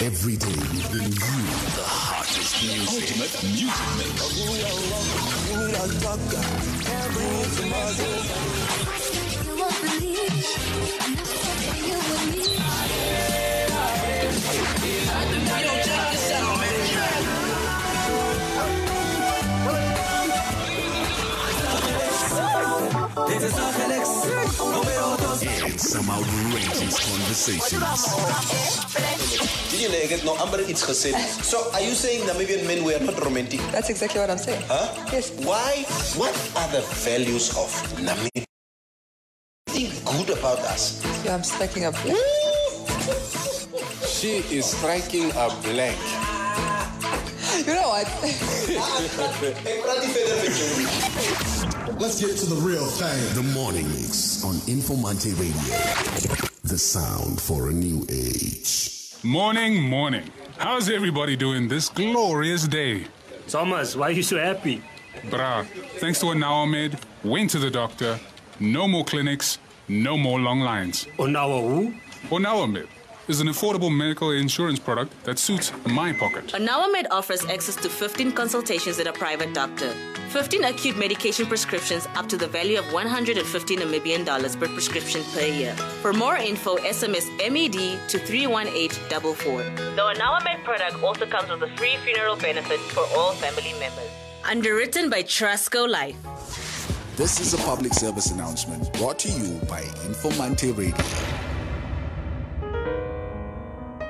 Every day we bring you The hottest music. Ultimate music mix. You won't believe you and me. and some outrageous conversations. Did you like it? No, Amber, it's her sin. So, are you saying Namibian men were not romantic? That's exactly what I'm saying. Huh? Yes. Why? What are the values of Namibia? Think good about us. Yeah, I'm stacking up. She is striking a black. You know what? Let's get to the real thing. The morning mix on Informante Radio. The sound for a new age. Morning, morning. How's everybody doing this glorious day? Thomas, why are you so happy? Brah, thanks to what Naomed, went to the doctor, no more clinics, no more long lines. On our who? Onawamed is an affordable medical insurance product that suits my pocket. Anawamed offers access to 15 consultations at a private doctor, 15 acute medication prescriptions up to the value of 150 Namibian dollars per prescription per year. For more info, SMS MED E to 31844. The Anawamed product also comes with a free funeral benefit for all family members. Underwritten by Trasco Life. This is a public service announcement brought to you by Informante Radio.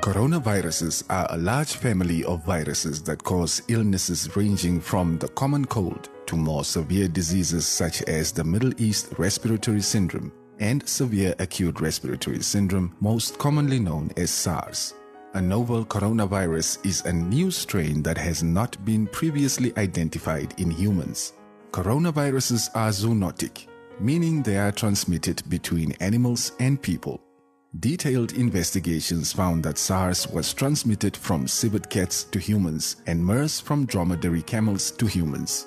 Coronaviruses are a large family of viruses that cause illnesses ranging from the common cold to more severe diseases such as the Middle East Respiratory Syndrome and Severe Acute Respiratory Syndrome, most commonly known as SARS. A novel coronavirus is a new strain that has not been previously identified in humans. Coronaviruses are zoonotic, meaning they are transmitted between animals and people. Detailed investigations found that SARS was transmitted from civet cats to humans and MERS from dromedary camels to humans.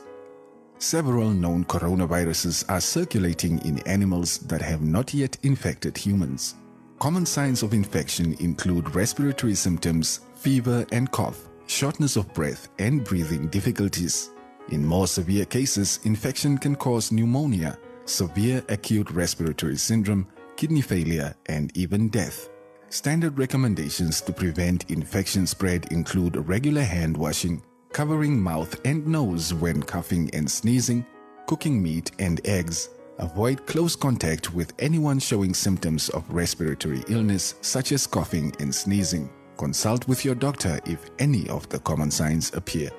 Several known coronaviruses are circulating in animals that have not yet infected humans. Common signs of infection include respiratory symptoms, fever and cough, shortness of breath, and breathing difficulties. In more severe cases, infection can cause pneumonia, severe acute respiratory syndrome, kidney failure, and even death. Standard recommendations to prevent infection spread include regular hand washing, covering mouth and nose when coughing and sneezing, cooking meat and eggs, avoid close contact with anyone showing symptoms of respiratory illness such as coughing and sneezing. Consult with your doctor if any of the common signs appear.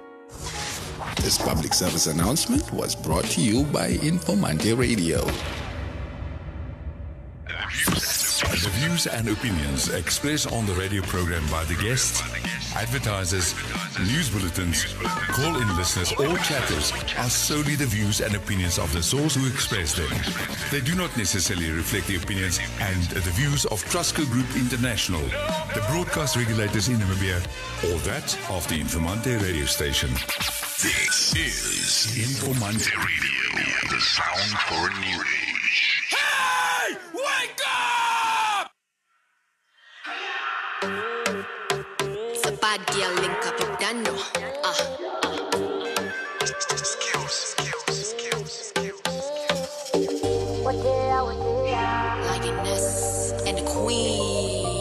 This public service announcement was brought to you by Informante Radio. The views and opinions expressed on the radio program by the guests, advertisers, news bulletins, call in listeners, or chatters are solely the views and opinions of the source who express them. They do not necessarily reflect the opinions and the views of Trusco Group International, the broadcast regulators in Namibia, or that of the Informante radio station. This is Informante Radio, the sound for a new age. It's a bad girl link up, Ah, you done know. Lioness and the queen.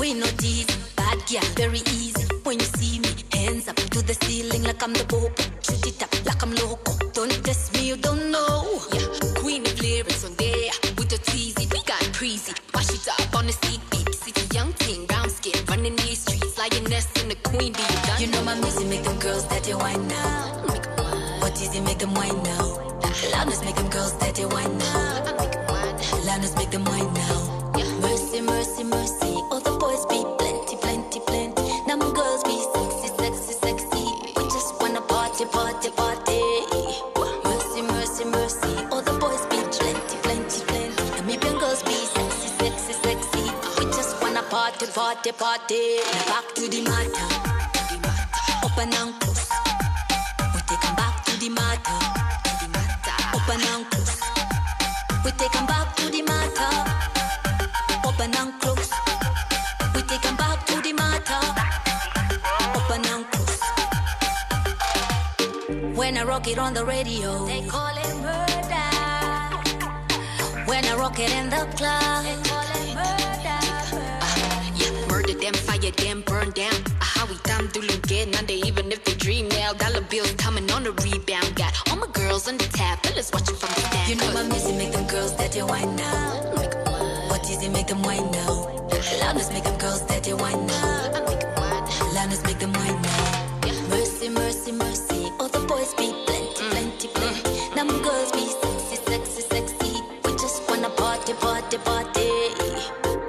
We know this bad girl very easy. When you see me, hands up to the ceiling like I'm the Pope. Shoot it up like I'm loco. Don't test me, you don't know. Yeah, queen of lyrics on there with the teasy. We got crazy. Wash it up on the seat beat. City young thing, brown skin, running these streets. Lioness and the queen bee. You, done? you know my music make them girls that they whine now. Make 'em whine. What is it make them whine now? Loudness make them girls that they whine now. Loudness make them whine now. Mercy, mercy, mercy. All the boys be plenty, plenty, plenty. Now my girls be sexy, sexy, sexy. We just wanna party, party, party. Mercy, mercy, mercy. All the boys be plenty, plenty, plenty. Now me girls be sexy, sexy, sexy. We just wanna party, party, party. Now back to the matter. Open and close. We take 'em back to the matter. Open and close. We take 'em back to the matter. open and close. We take 'em back to the matter. Open and close. When I rock it on the radio, they call it murder. When I rock it in the club, they call it murder. yeah, murder them, fire them, burn them. Uh, How we time do again, and they even if they dream now. Dollar bills coming on a rebound. Got all my girls on the tab, fellas watching from the back. You know my music make them girls that they whine now. What is it make them whine now? Loudness make them girls that they whine now. Loudness make them whine now. Mercy, mercy, mercy. All the boys be plenty, plenty, plenty. Them girls be sexy, sexy, sexy. We just wanna party, party, party.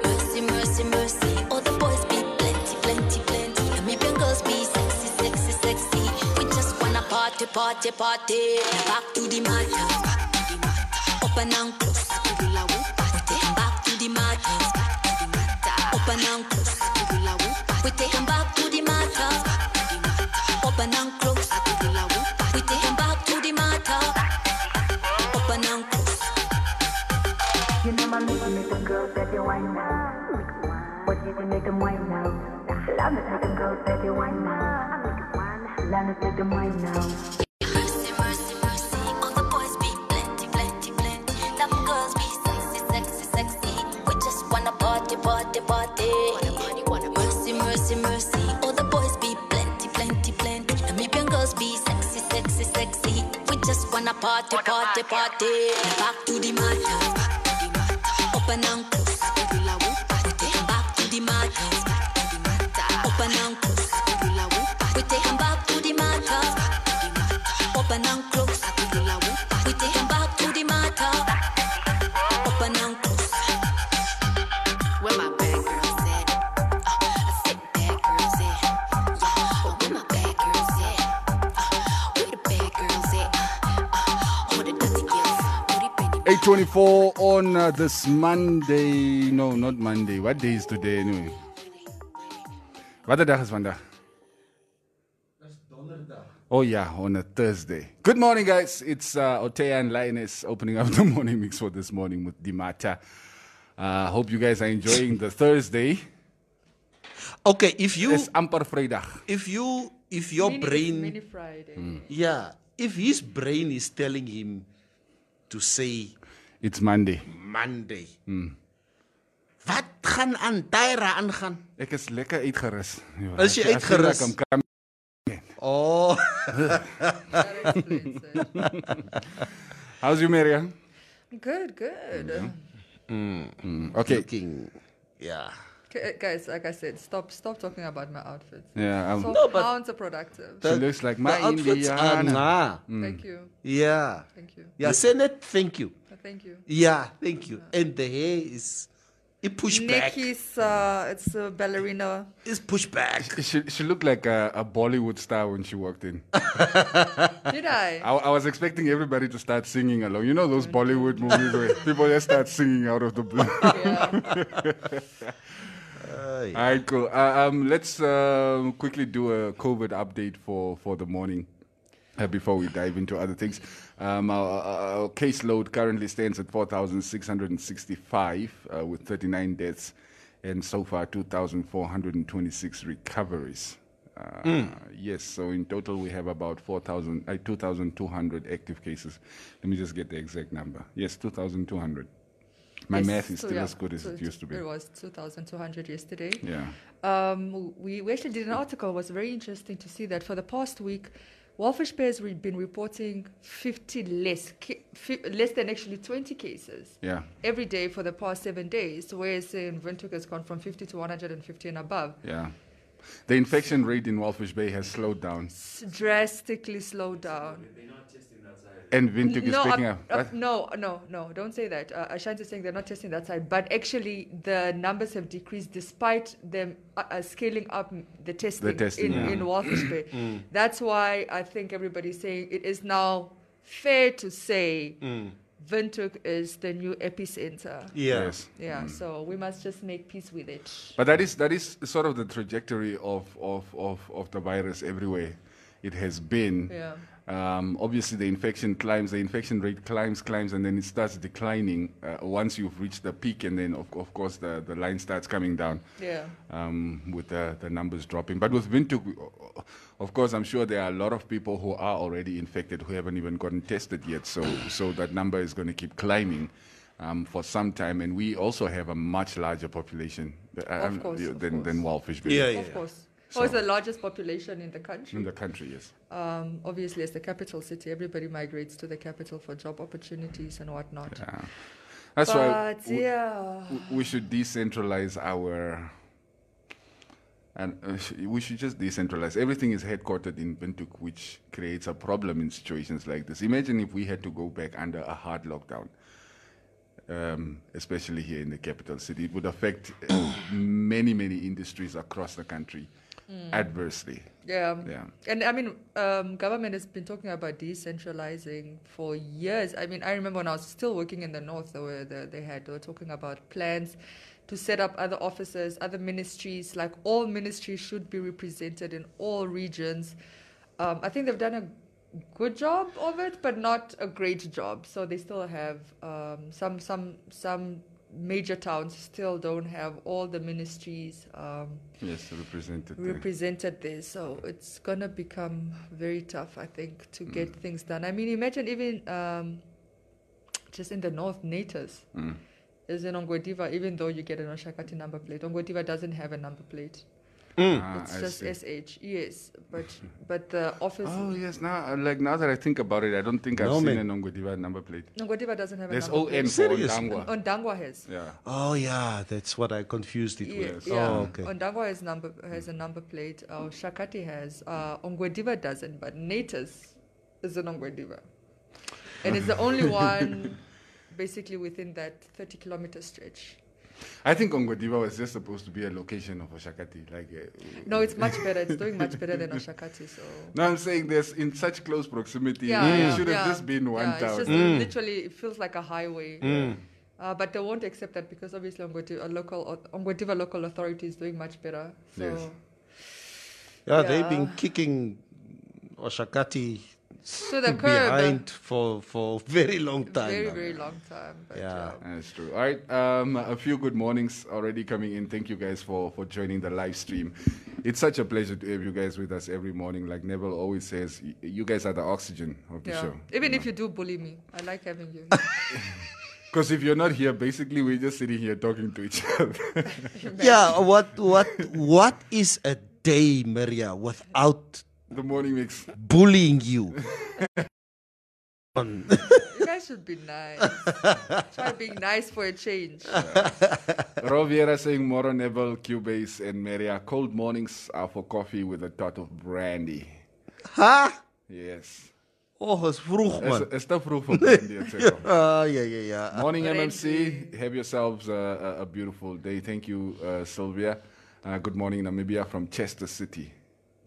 Mercy, mercy, mercy. All the boys be plenty, plenty, plenty. Namibian girls be sexy, sexy, sexy. We just wanna party, party, party. Now Back to the matter. Open and close. We take 'em eh? back to the matter. Open and close. We take 'em eh? back to the matter. Open and close. We take 'em eh? back to the matter. Open and close. You know my music make them girls that they whine now. What did you make them whine now? Love make them girls that they whine now. Love make them whine now. Mercy, mercy, mercy. All the boys be plenty, plenty, plenty. Them girls be sexy, sexy, sexy. We just wanna party, party, party. Mercy, mercy, mercy. All the boys be plenty, plenty, plenty. Namibian girls be sexy, sexy, sexy. We just wanna party, party, party. Now Back to the matter. Open and close. We take 'em back to the matter. Open and close. We take 'em back to the matter open and close. We take 'em back to the matter. Open and close. Where my bad girls at? Uh, I said bad girls at. Yeah. Oh, where my bad girls at? Uh, where the bad girls at? Uh, all the dirty girls. Booty bending. 824 on uh, this Monday. No, not Monday. What day is today anyway? Wat 'n dag is vandag? Oh yeah, on a Thursday. Good morning, guys. It's uh, Otea and Lioness opening up the morning mix for this morning with Dimata. Uh, hope you guys are enjoying the Thursday. Okay, if you it's amper Vrydag. if you if your Mini- brain Mini Friday. Hmm. yeah if his brain is telling him to say It's Monday. Monday Mm. wat gaan aan Tyra aangaan Ek is lekker uitgerus. Ja, Is jy I feel uitgerus? like I'm coming. Oh. How's you, Maria? Good, good. Mm-hmm. Okay. yeah. K- uh, Guys, like I said, stop stop talking about my outfits. Yeah, I'm- so No, but- counterproductive. She looks like my the outfits are Indiana. Hmm. nah. Mm. Thank you. yeah Thank you. yeah say net thank you Thank you. yeah thank you and the hair is it push back Nikki's, uh, it's a ballerina. It's pushback. She, she looked like a, a Bollywood star when she walked in. Did I? I, I was expecting everybody to start singing along. You know those Bollywood movies where people just start singing out of the blue. All right, cool. Uh, um, let's um, quickly do a COVID update for, for the morning uh, before we dive into other things. Um, our, our our caseload currently stands at 4,665 uh, with 39 deaths and so far 2,426 recoveries. Uh, Yes, so in total we have about 4,000, uh, 2,200 active cases. Let me just get the exact number. Yes, 2,200. My Yes, math is so still yeah, as good as so it used to be. It was 2,200 yesterday. Yeah. Um, we, we actually did an article. It was very interesting to see that for the past week, Wallfish Bears we've been reporting 50 less, ca- fi- less than actually 20 cases Yeah. every day for the past seven days, whereas in Windhoek has gone from 50 to 150 and above. Yeah. The infection rate in Walfish Bay has slowed down, It's drastically slowed down. and Windhoek is no, picking up- up. up- But- no, no, no, don't say that. Uh, Ashanti is saying they're not testing that side, but actually the numbers have decreased despite them uh, uh, scaling up m- the testing, in, testing, yeah. Mm. in Walvis Bay. That's why I think everybody's saying it is now fair to say Mm. Windhoek is the new epicenter. yeah Yes. Yeah, so we must just make peace with it. But that is that is sort of the trajectory of of, of, of the virus everywhere. It has been. Yeah. Um, obviously, the infection climbs, the infection rate climbs, climbs, and then it starts declining uh, once you've reached the peak, and then, of, of course, the, the line starts coming down Yeah. um, with the, the numbers dropping. But with Windhoek, of course, I'm sure there are a lot of people who are already infected who haven't even gotten tested yet. So, so that number is going to keep climbing um, for some time. And we also have a much larger population uh, um, course, of than, than Wildfish Bay. Yeah, Of course. Oh, it's the largest population in the country. In the country, yes. Um, obviously, as the capital city, everybody migrates to the capital for job opportunities and whatnot. Yeah. That's why But, we, yeah. we- we should decentralize our. And uh, sh- we should just decentralize. Everything is headquartered in Bintuk, which creates a problem in situations like this. Imagine if we had to go back under a hard lockdown, um, especially here in the capital city. It would affect uh, many, many industries across the country Mm. adversely. Yeah. Yeah. And I mean, um, government has been talking about decentralizing for years. I mean, I remember when I was still working in the north, they were they, they had they were talking about plans to set up other offices, other ministries. Like all ministries should be represented in all regions. Um, I think they've done a good job of it, but not a great job. So they still have um, some some some major towns still don't have all the ministries. Um, Yes, represented. there. represented there. So it's gonna become very tough, I think, Mm. to get things done. I mean, imagine even um, just in the north, Natas. Mm. As in Ongwediva, even though you get an Oshakati number plate, Ongwediva doesn't have a number plate. Ah, it's I just see. SH, yes. But but the office, Oh yes, now uh, like now that I think about it, I don't think I've No, seen man. an Ongodiva number plate. Ongwediva doesn't have There's a number ON plate. for Serious? Ondangwa. Ondangwa has. Yeah. Oh yeah, that's what I confused it Yeah, with. yeah. Oh, okay. Ondangwa has number has a number plate. Uh, Shakati has. Uh, Ongwediva doesn't, but Natus is an Ongwediva, and it's the only one, basically within that thirty kilometer stretch. I think Ongodiva was just supposed to be a location of Oshakati. Like, uh, No, it's much better. It's doing much better than Oshakati. So no, I'm saying there's in such close proximity. yeah, yeah, it should have yeah. just been one yeah, It's town. just Mm. literally it feels like a highway. Mm. Uh, but they won't accept that because obviously Ongwediva local uh, Ongwediva local authority is doing much better. So Yes. Yeah, they've been Yeah. kicking Oshakati To the curb. behind for for very long time. very now. very long time. But yeah. That's true. All right. Um, a few good mornings already coming in. Thank you guys for, for joining the live stream. It's such a pleasure to have you guys with us every morning. Like Neville always says, y- you guys are the oxygen of the Yeah. show. Even if you do bully me, I like having you. Because if you're not here, basically we're just sitting here talking to each other. Yeah, what what what is a day, Maria, without the morning mix bullying you? On. you guys should be nice. Try being nice for a change. Roviera saying Moro Neville, Cubase, and Maria. Cold mornings are for coffee with a tot of brandy. Huh? Yes. Oh, is vroeg Is, man. is te vroeg voor brandy, et cetera. Ah, ja ja ja. Morning, MMC. Have yourselves a, a, a beautiful day. Thank you, uh, Sylvia. Uh, good morning, Namibia from Chester City.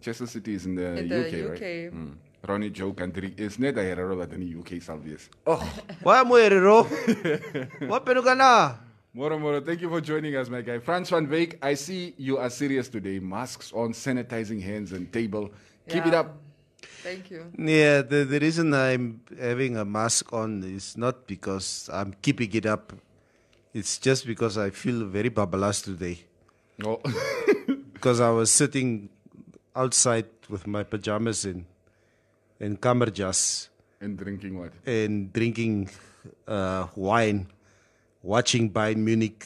Chester City is in the, In the UK, UK. right? Mm. Ronnie Joe Kandri is net a hero than the UK Salvias. Oh, waar moet je er, hoor? Wat ben ik aan na? Moro Moro, thank you for joining us, my guy. Franz van Beek, I see you are serious today. Masks on, sanitizing hands and table. Keep it Yeah. up. Thank you. Yeah, the, the reason I'm having a mask on is not because I'm keeping it up. It's just because I feel very babalas today. Oh. because I was sitting outside with my pajamas in and kamerjas And drinking what? and drinking uh, wine, watching Bayern Munich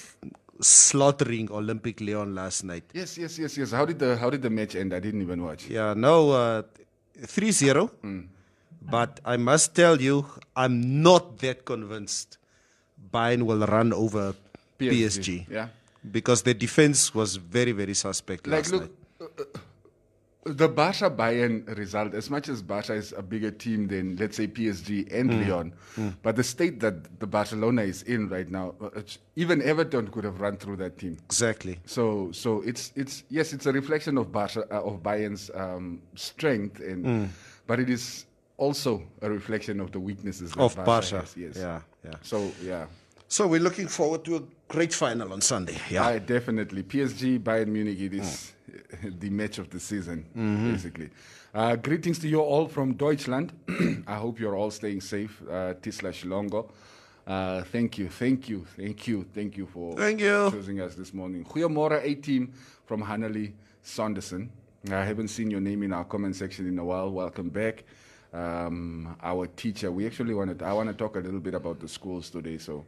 slaughtering Olympic Leon last night. Yes, yes, yes, yes. How did the how did the match end? I didn't even watch. Yeah, no, uh, 3 0. But I must tell you, I'm not that convinced Bayern will run over PSG. Yeah. Because their defense was very, very suspect Like, last look, night. The Barca Bayern result, as much as Barca is a bigger team than, let's say, PSG and Mm. Lyon, but the state that the Barcelona is in right now, uh, it's- even Everton could have run through that team. Exactly. So, so it's it's yes, it's a reflection of Barca uh, of Bayern's um, strength, and Mm. but it is also a reflection of the weaknesses that Of Barca, has, yes. yeah, yeah. So yeah. So we're looking forward to a great final on Sunday. Yeah. I definitely PSG Bayern Munich. It is the match of the season, Mhm. basically. Uh, greetings to you all from Deutschland. I hope you're all staying safe. Uh, Tisla Shilongo. Uh, thank you, thank you, thank you, thank you for Thank you. choosing us this morning. Goeiemorgen, A-Team from Hanali Sanderson. I haven't seen your name in our comment section in a while. Welcome back. Um, our teacher, we actually wanted, I want to talk a little bit about the schools today, so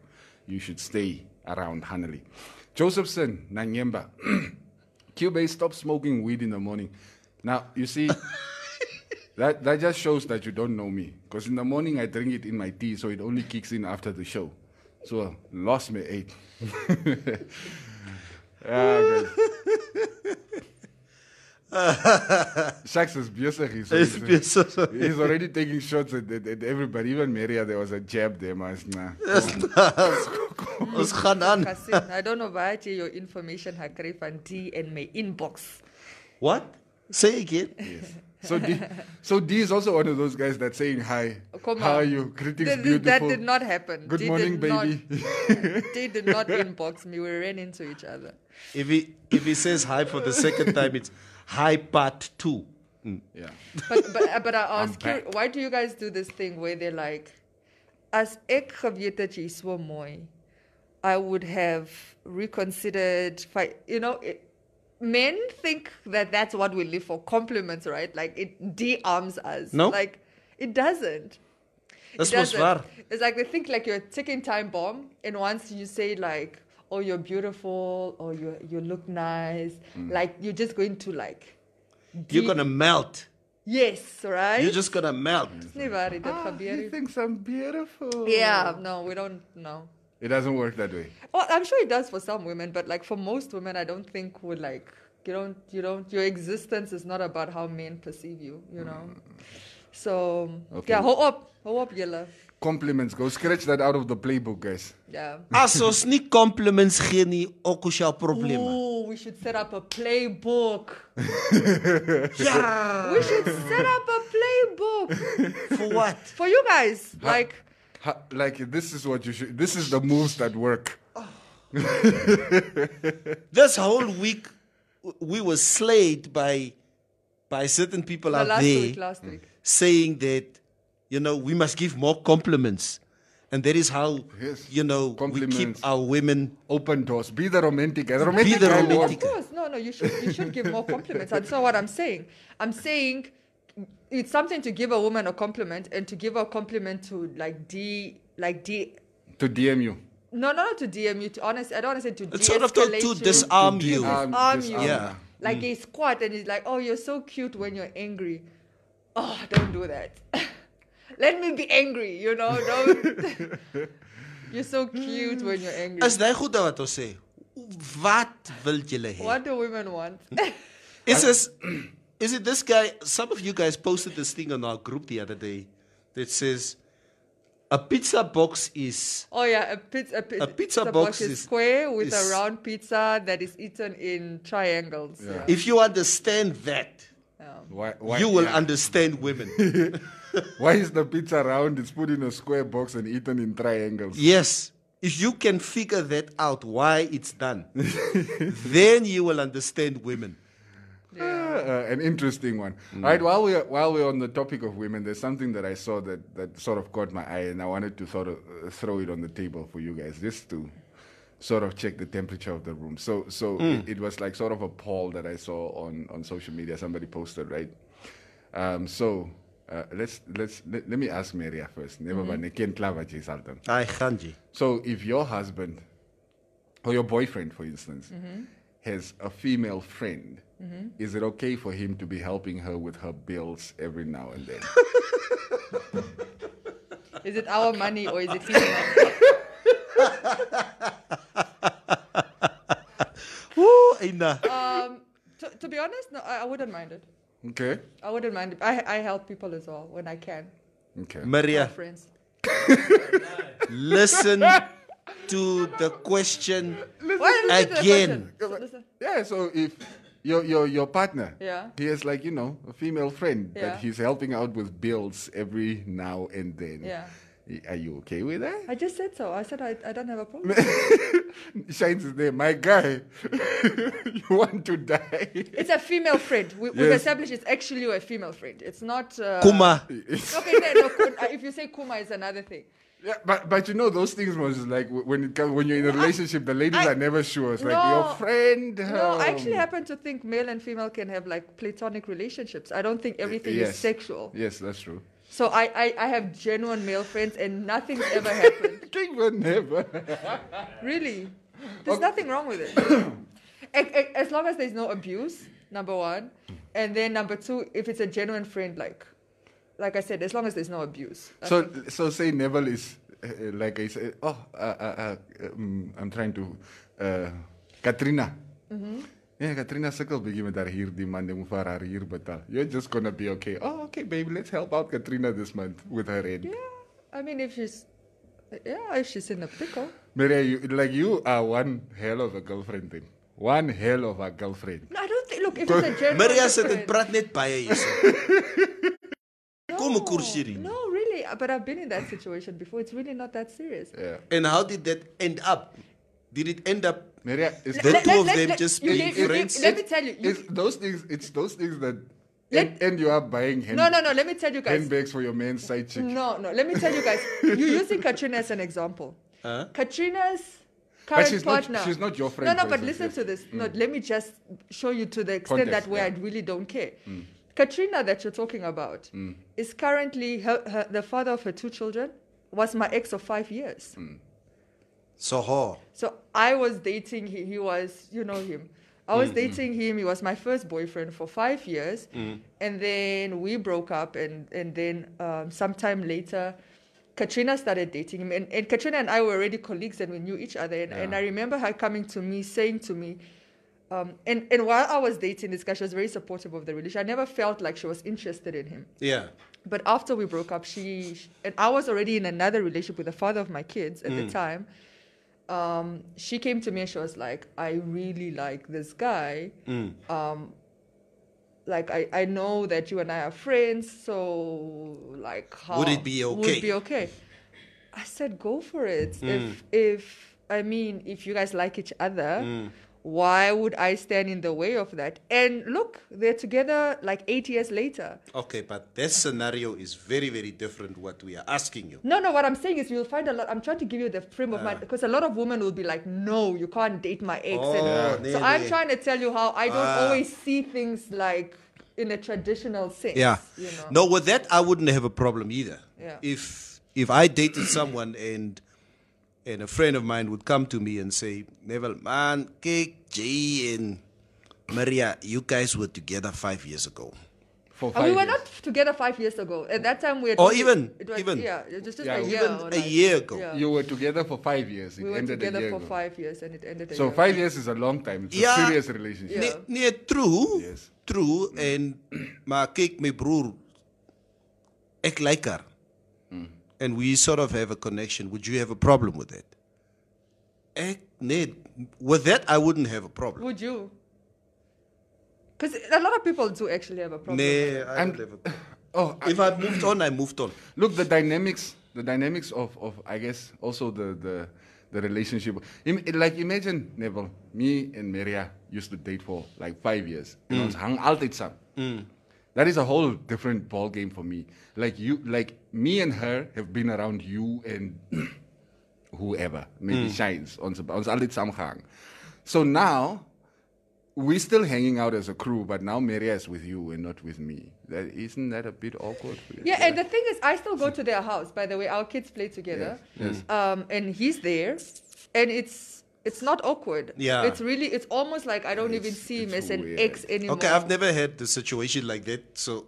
you should stay around Hanali. Josephson, Nanyemba. Cubase, stop smoking weed in the morning. Now, you see, that, that just shows that you don't know me. Because in the morning, I drink it in my tea, so it only kicks in after the show. So, lost me eight. Ah, guys. Shax is besig hier. so Hy is he's- besig. He's already taking shots at, at, at everybody. Even Maria, there was a jab there, mas nah. Ons gaan aan. Kasim, I don't know why I your information hakry van D in my inbox. What? Say again. Yes. So D, so D is also one of those guys that's saying hi. Come How on. are you? Greetings, Th- th- beautiful. that did not happen. Good They morning, did not- baby. they did not inbox me. We ran into each other. If he if he says hi for the second time, it's hi part two. Yeah. But but, uh, but I was curious, back. why do you guys do this thing where they're like, as ek geweet dat jy so mooi, I would have reconsidered. Fi-, you know, it, men think that that's what we live for compliments, right? Like it de-arms us. No. like it doesn't. Dis It mos doesn't. waar. It's like they think like you're a ticking time bomb, and once you say like, "Oh, you're beautiful," or "You you look nice," like you're just going to like, Mm. You're gonna melt. yes, right? You're just gonna melt. Dis nie waar nie, dit gebeur nie. Ah, thinks I'm beautiful. Yeah, no, we don't know. It doesn't work that way. Well, I'm sure it does for some women, but like for most women, I don't think would like you don't you don't your existence is not about how men perceive you, you know. So Okay. yeah, hold up, hold up, yellow. Compliments. Go scratch that out of the playbook, guys. Yeah. As ons nie compliments gee nie, ook ons jou probleme. Ooh, we should set up a playbook. Ja. Yeah. We should set up a playbook For what? for you guys. Like Ha- like this is what you should. This is the moves that work. This whole week we were slayed by by certain people no, out last there week, last week. saying that you know we must give more compliments. And that is how you know we keep Compliments. our women open doors. Be the romantic. guy. The romantic. the guy romantic won. Of course, no, no. You should you should give more compliments. That's not what I'm saying. I'm saying it's something to give a woman a compliment and to give her a compliment to like D like D. To DM you. No, no, not to DM you. To honest, I don't want to say to It's sort of to- de-escalate to you, disarm you. disarm Disarm, you. disarm. Yeah. Like he's quiet and he's like, "Oh, you're so cute when you're angry." Oh, don't do that. Let me be angry. You know, don't. you're so cute when you're angry. Is dit goed wat ons sê? Wat wil julle hê? What do women want? Is this is it this guy? Some of you guys posted this thing on our group the other day that says a pizza box is Oh yeah, a pizza, a pi- A pizza box is- square with is- a round pizza that is eaten in triangles. Yeah. if you understand that Why, why, you will yeah. understand women. Why is the pizza round? It's put in a square box and eaten in triangles. yes. If you can figure that out why it's done, then you will understand women. Uh, an interesting one. All right, while we're while we're on the topic of women, there's something that I saw that, that sort of caught my eye, and I wanted to sort of uh, throw it on the table for you guys just to sort of check the temperature of the room. So so Mm. it, it was like sort of a poll that I saw on on social media. Somebody posted right. Um, so. Uh, let's let's let, let me ask Maria first. Never Mhm. mind. I can't love her, she's out there. I Hanji. So if your husband or your boyfriend, for instance, Mhm. has a female friend, Mhm. is it okay for him to be helping her with her bills every now and then? Is it our money or is it his money? Woo, Ina. um, to, to be honest, no, I, I wouldn't mind it. okay. I wouldn't mind it. I, I help people as well when I can. Okay. Maria. My friends. Listen to the question Why listen to the again. question? So listen. Yeah. So if your your your partner, Yeah. he has like you know a female friend Yeah. that he's helping out with bills every now and then. Yeah. Are you okay with that? I just said so. I said I, I don't have a problem. Shines is there. My guy, you want to die. It's a female friend. We, We've Yes. established it's actually a female friend. It's not uh, Kuma. Okay, no, no, kun- uh, if you say Kuma, it's another thing. Yeah, but but you know those things was like w- when it comes, when you're in a relationship, the ladies are never sure. It's like your friend. No, I actually um, happen to think male and female can have like platonic relationships. I don't think everything is yes. sexual. Yes, that's true. So I, I, I have genuine male friends and nothing's ever happened. never. really? There's nothing wrong with it. A- a- as long as there's no abuse, number one. And then number two, if it's a genuine friend, like like I said, as long as there's no abuse. I So think- so say Neville is uh, uh, like I said. Oh, uh, uh, uh, um, I'm trying to. Uh, Katrina. Mhm. Yeah, Katrina sukkel bietjie met haar huur, die man die moet vir haar huur betaal. You're just gonna be okay. Oh, okay, baby, let's help out Katrina this month with her rent. I mean, if she's, yeah, if she's in a pickle. Maria, you, like you are one hell of a girlfriend then. One hell of a girlfriend. No, I don't think. Look, if it's a general. Maria sit en friend- praat net baie hierso. Kom 'n koers hierdie. No, really. uh, But I've been in that situation before. It's really not that serious. And how did that end up? Did it end up Maria, is the Let- two let- of let- them let- just you being gave- you gave- friends? let me tell you, you- It's those things. It's those things that and, and you are buying hand, No, no, no. Let me tell you guys. handbags for your man's side chick. No, no. Let me tell you guys. You're using Katrina as an example. Huh? Katrina's But current she's not- partner. she's not your friend, No, no. for But instance, listen yes. to this. No, Mm. let me just show you to the extent Context, that where I really don't care. Hmm. Katrina that you're talking about is currently her, her, the father of her two children. Was my ex of five years. So ho. So I was dating him. He was, you know him. I was Mm, mm. dating him. He was my first boyfriend for five years, Mm. and then we broke up. And and then um, sometime later, Katrina started dating him. And, and Katrina and I were already colleagues, and we knew each other. And, and Yeah. I remember her coming to me saying to me. Um, and, and while I was dating this guy, she was very supportive of the relationship. I never felt like she was interested in him. Yeah. But after we broke up, she sh- and I was already in another relationship with the father of my kids at Mm. the time. Um, she came to me and she was like, "I really like this guy. Mm. Um, like I, I know that you and I are friends, so like how Would it be Would okay?" it be okay?" I said, "Go for it. Mm. If if I mean if you guys like each other." Mm. Why would I stand in the way of that? And look, they're together like eight years later. Okay, but this scenario is very, very different what we are asking you. No, no, what I'm saying is you'll find a lot. I'm trying to give you the frame of mind because a lot of women will be like, no, you can't date my ex. Oh, and- Yeah. So nee, I'm nee. trying to tell you how I don't Ah. always see things like in a traditional sense. Yeah. You know? No, with that I wouldn't have a problem either. Yeah. If if I dated someone and and a friend of mine would come to me and say, Neville, man, KJ and Maria, you guys were together five years ago. For And we were not together five years ago. At that time, we had Or even- it was, even. yeah, it was just Yeah, a even year. or Oh, like- yeah. You were together for five years. It we were ended a together year for ago. five years, and it ended. A So year. five years is a long time. It's a serious relationship. Nee, nee, true. True en maar kyk my broer ek like haar. And we sort of have a connection. Would you have a problem with that? Ek nee, with that I wouldn't have a problem. Would you? Because a lot of people do actually have a problem. Nee, I don't have a problem. Oh, if I moved on, I moved on. Look, the dynamics, the dynamics of, of I guess also the the, the relationship. Im- like imagine Neville, me and Maria used to date for like five years. You know, it's hung altijd saam. That is a whole different ball game for me. Like you, like me and her have been around you and whoever, maybe Mm. Shines, ons ons altyd saamgehang. So now we're still hanging out as a crew, but now Maria is with you and not with me. That isn't that a bit awkward? for you? Yeah, and the thing is, I still go to their house. By the way, our kids play together, Yes, yes. Um, and he's there, and it's it's not awkward. Yeah. it's really it's almost like I don't even see him as an ex anymore. Okay, I've never had the situation like that. So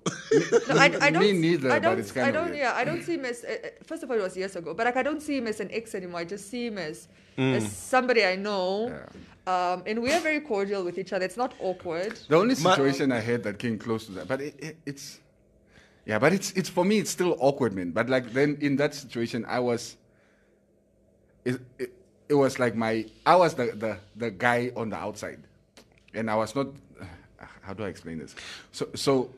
No, I, I don't, Me neither, I but don't, it's kind I of don't, weird. yeah, I don't see him as. Uh, uh, first of all, it was years ago, but like I don't see him as an ex anymore. I just see him as Mm. as somebody I know. Um, and we are very cordial with each other. It's not awkward. The only situation I had that came close to that, but it, it, it's, yeah, but it's it's for me it's still awkward, man. But like then in that situation, I was, it it, it was like my I was the, the the guy on the outside, and I was not. How do I explain this? So so.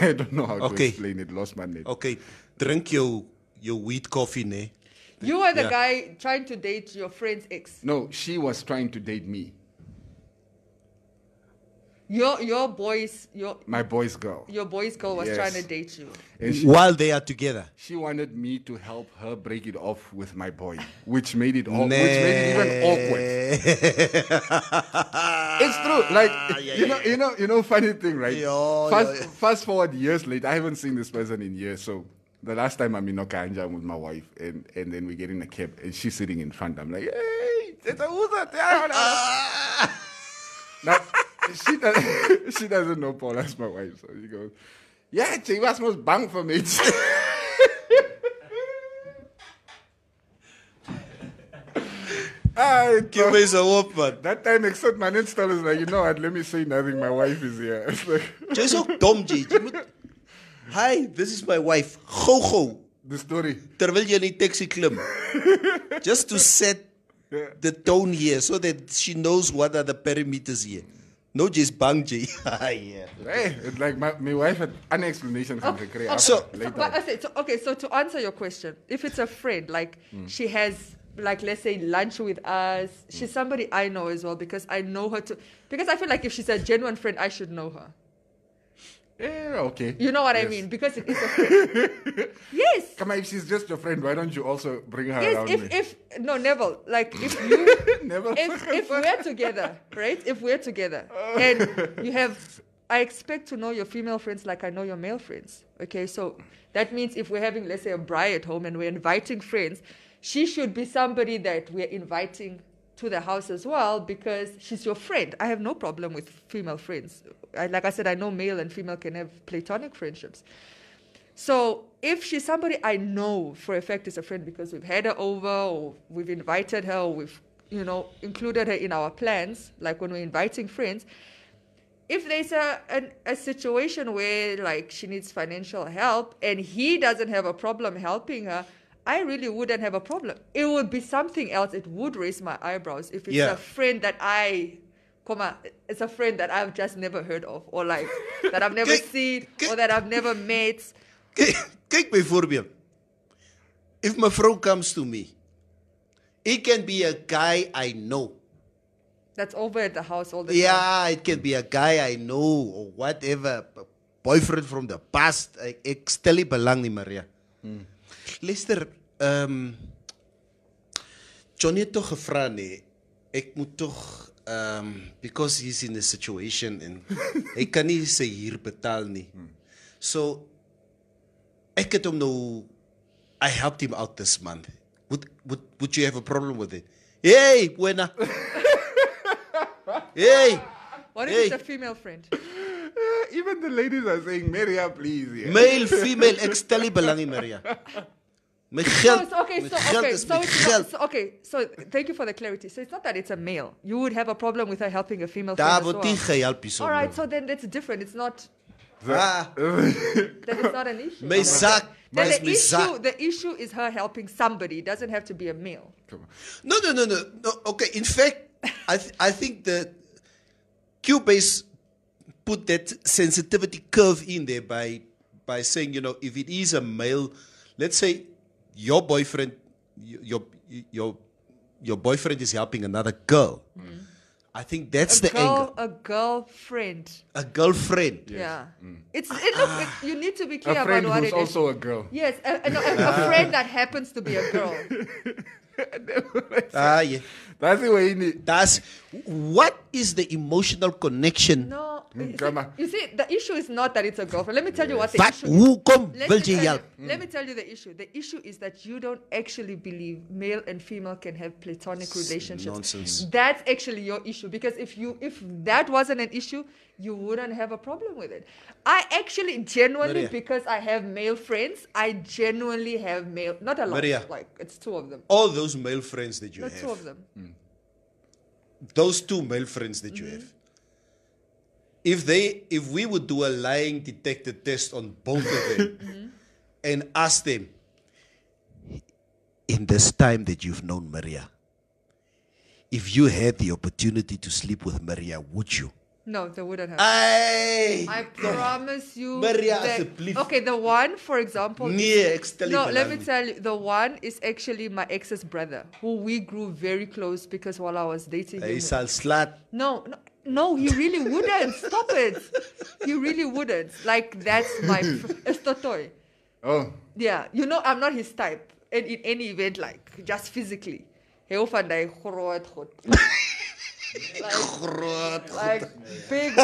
I don't know how Okay. to explain it. Lost my net. Okay. drink your your wheat coffee, ne? You are the Yeah. guy trying to date your friend's ex. No, she was trying to date me, Your your boy's your my boy's girl. your boy's girl was Yes. trying to date you. And she- While they are together. She wanted me to help her break it off with my boy, which made it all, Oh, which made it even awkward. it's true. Like Ah, you know, you know, you know. Funny thing, right? fast, yeah, yeah. fast forward years later, I haven't seen this person in years. So the last time I'm in Okanja, I'm with my wife, and and then we get in a cab, and she's sitting in front. I'm like, hey, it's a who's that? Yeah, Ah, yeah, yeah." now she doesn't, she doesn't know Paul as my wife, so she goes, yeah, she was most bang for me. I Give me some hope, man. uh, That time, except my install is like, you know what, let me say nothing, my wife is here. It's like, Jy's ook dom, Jay. Jy moet Hi, this is my wife. Go go. The story. Terwyl jy in die taxi klim. Just to set the tone here so that she knows what are the parameters here. No jy's bang, Jay. yeah. Hey, it's like my, my wife had an explanation from the career. So- later. But I said, so, okay, so to answer your question, if it's a friend, like Mm. she has, like let's say lunch with us, she's Hmm. somebody I know as well because I know her too. Because I feel like if she's a genuine friend, I should know her. yeah, okay. You know what I Yes. mean? Because it is a friend. yes. Come on, if she's just your friend, why don't you also bring her Yes, around if me? if no Neville, like if you if if we're together, right? If we're together, and you have, I expect to know your female friends like I know your male friends. Okay, so that means if we're having, let's say, a bri at home and we're inviting friends, she should be somebody that we're inviting to the house as well because she's your friend. I have no problem with female friends. I, like I said, I know male and female can have platonic friendships. So if she's somebody I know for a fact is a friend because we've had her over or we've invited her or we've you know included her in our plans, like when we're inviting friends, if there's a an, a situation where like she needs financial help and he doesn't have a problem helping her, I really wouldn't have a problem. It would be something else. It would raise my eyebrows if it's Yeah. a friend that I. Comma, it's a friend that I've just never heard of, or like that I've never seen, or that I've never met. Kyk byvoorbeeld. If my vrou comes to me, it can be a guy I know. That's over at the house all the time. Yeah, Ja, it can be a guy I know or whatever, b- boyfriend from the past. Ek, ek stel nie belang nie, Maria. Hmm. Luister, ehm um, Johnny het tog gevra nee, ek moet tog ehm um, because he's in a situation en hy kan nie sy huur betaal nie. So ek het hom nou I helped him out this month. Would would would you have a problem with it? Hey, buena. hey. What if Hey. it's a female friend? Even the ladies are saying, Maria, please. Yeah. Male, female, ek stel nie belang nie, Maria. My No, geld. it's okay, my Oh, so geld okay, is so my it's geld. not, so okay, so thank you for the clarity. So it's not that it's a male. You would have a problem with her helping a female Daar friend. word nie as well. gehelp hierso, All right, bro. so then that's different. It's not Ah. then it's not an issue. My zak, my Then is the my issue zak. the issue is her helping somebody. It doesn't have to be a male. No, no, no, no, no. Okay, in fact, I th- I think the Cubase put that sensitivity curve in there by by saying, you know, if it is a male, let's say your boyfriend, y- your your your boyfriend is helping another girl. I think that's Mm. a the girl, angle. a girlfriend. A girlfriend. Yeah. It's it, look, it, you need to be Mm. A clear about friend what who's it is. also a girl. Yes, a, a, no, a- a friend that happens to be a girl. Ah, yeah. That's the way you need. That's what is the emotional connection? No, You see, the issue is not that it's a girlfriend. Let me tell you what the But issue who is. come Let will me you Mm. tell you- help? Let me tell you the issue. The issue is that you don't actually believe male and female can have platonic relationships. nonsense. That's actually your issue because if you if that wasn't an issue, you wouldn't have a problem with it. I actually genuinely Maria. because I have male friends, I genuinely have male not a lot, Maria. like it's two of them. All those male friends that you No, have. Mm. two of them. those two male friends that you Mm-hmm. have if they if we would do a lying detector test on both of them Mm-hmm. and ask them in this time that you've known maria if you had the opportunity to sleep with maria would you No, they wouldn't have. Aye. I promise you. Maria, that- asseblief. Okay, the one, for example. is- Nee, ek stel nie No, let belang me nie. tell you. The one is actually my ex's brother, who we grew very close because while I was dating Hy him. sal slat. No, no, no, he really wouldn't. Stop it. He really wouldn't. Like, that's my. Fr- it's the toy. Oh, Yeah, you know, I'm not his type. And in any event, like, just physically. Heel van die groot goed. Like, like big,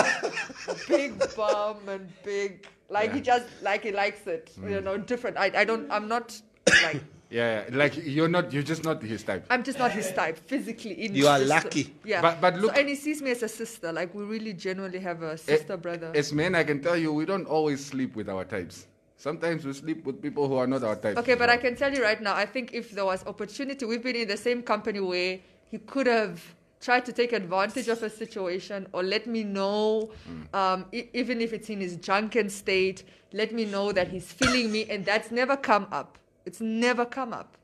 big bum and big. Like he just like he likes it. You know, different. I, I don't. I'm not like. yeah, yeah. Like you're not. You're just not his type. I'm just not his type physically. In You are just- lucky. Yeah. But- but Eh, look. So, and he sees me as a sister. Like we really genuinely have a sister brother. As men, I can tell you, we don't always sleep with our types. Sometimes we sleep with people who are not our type. Okay, but I can tell you right now, I think if there was opportunity, we've been in the same company where he could have tried to take advantage of a situation or let me know, Mm. um, e- even if it's in his drunken state, let me know that he's feeling me, and that's never come up. It's never come up.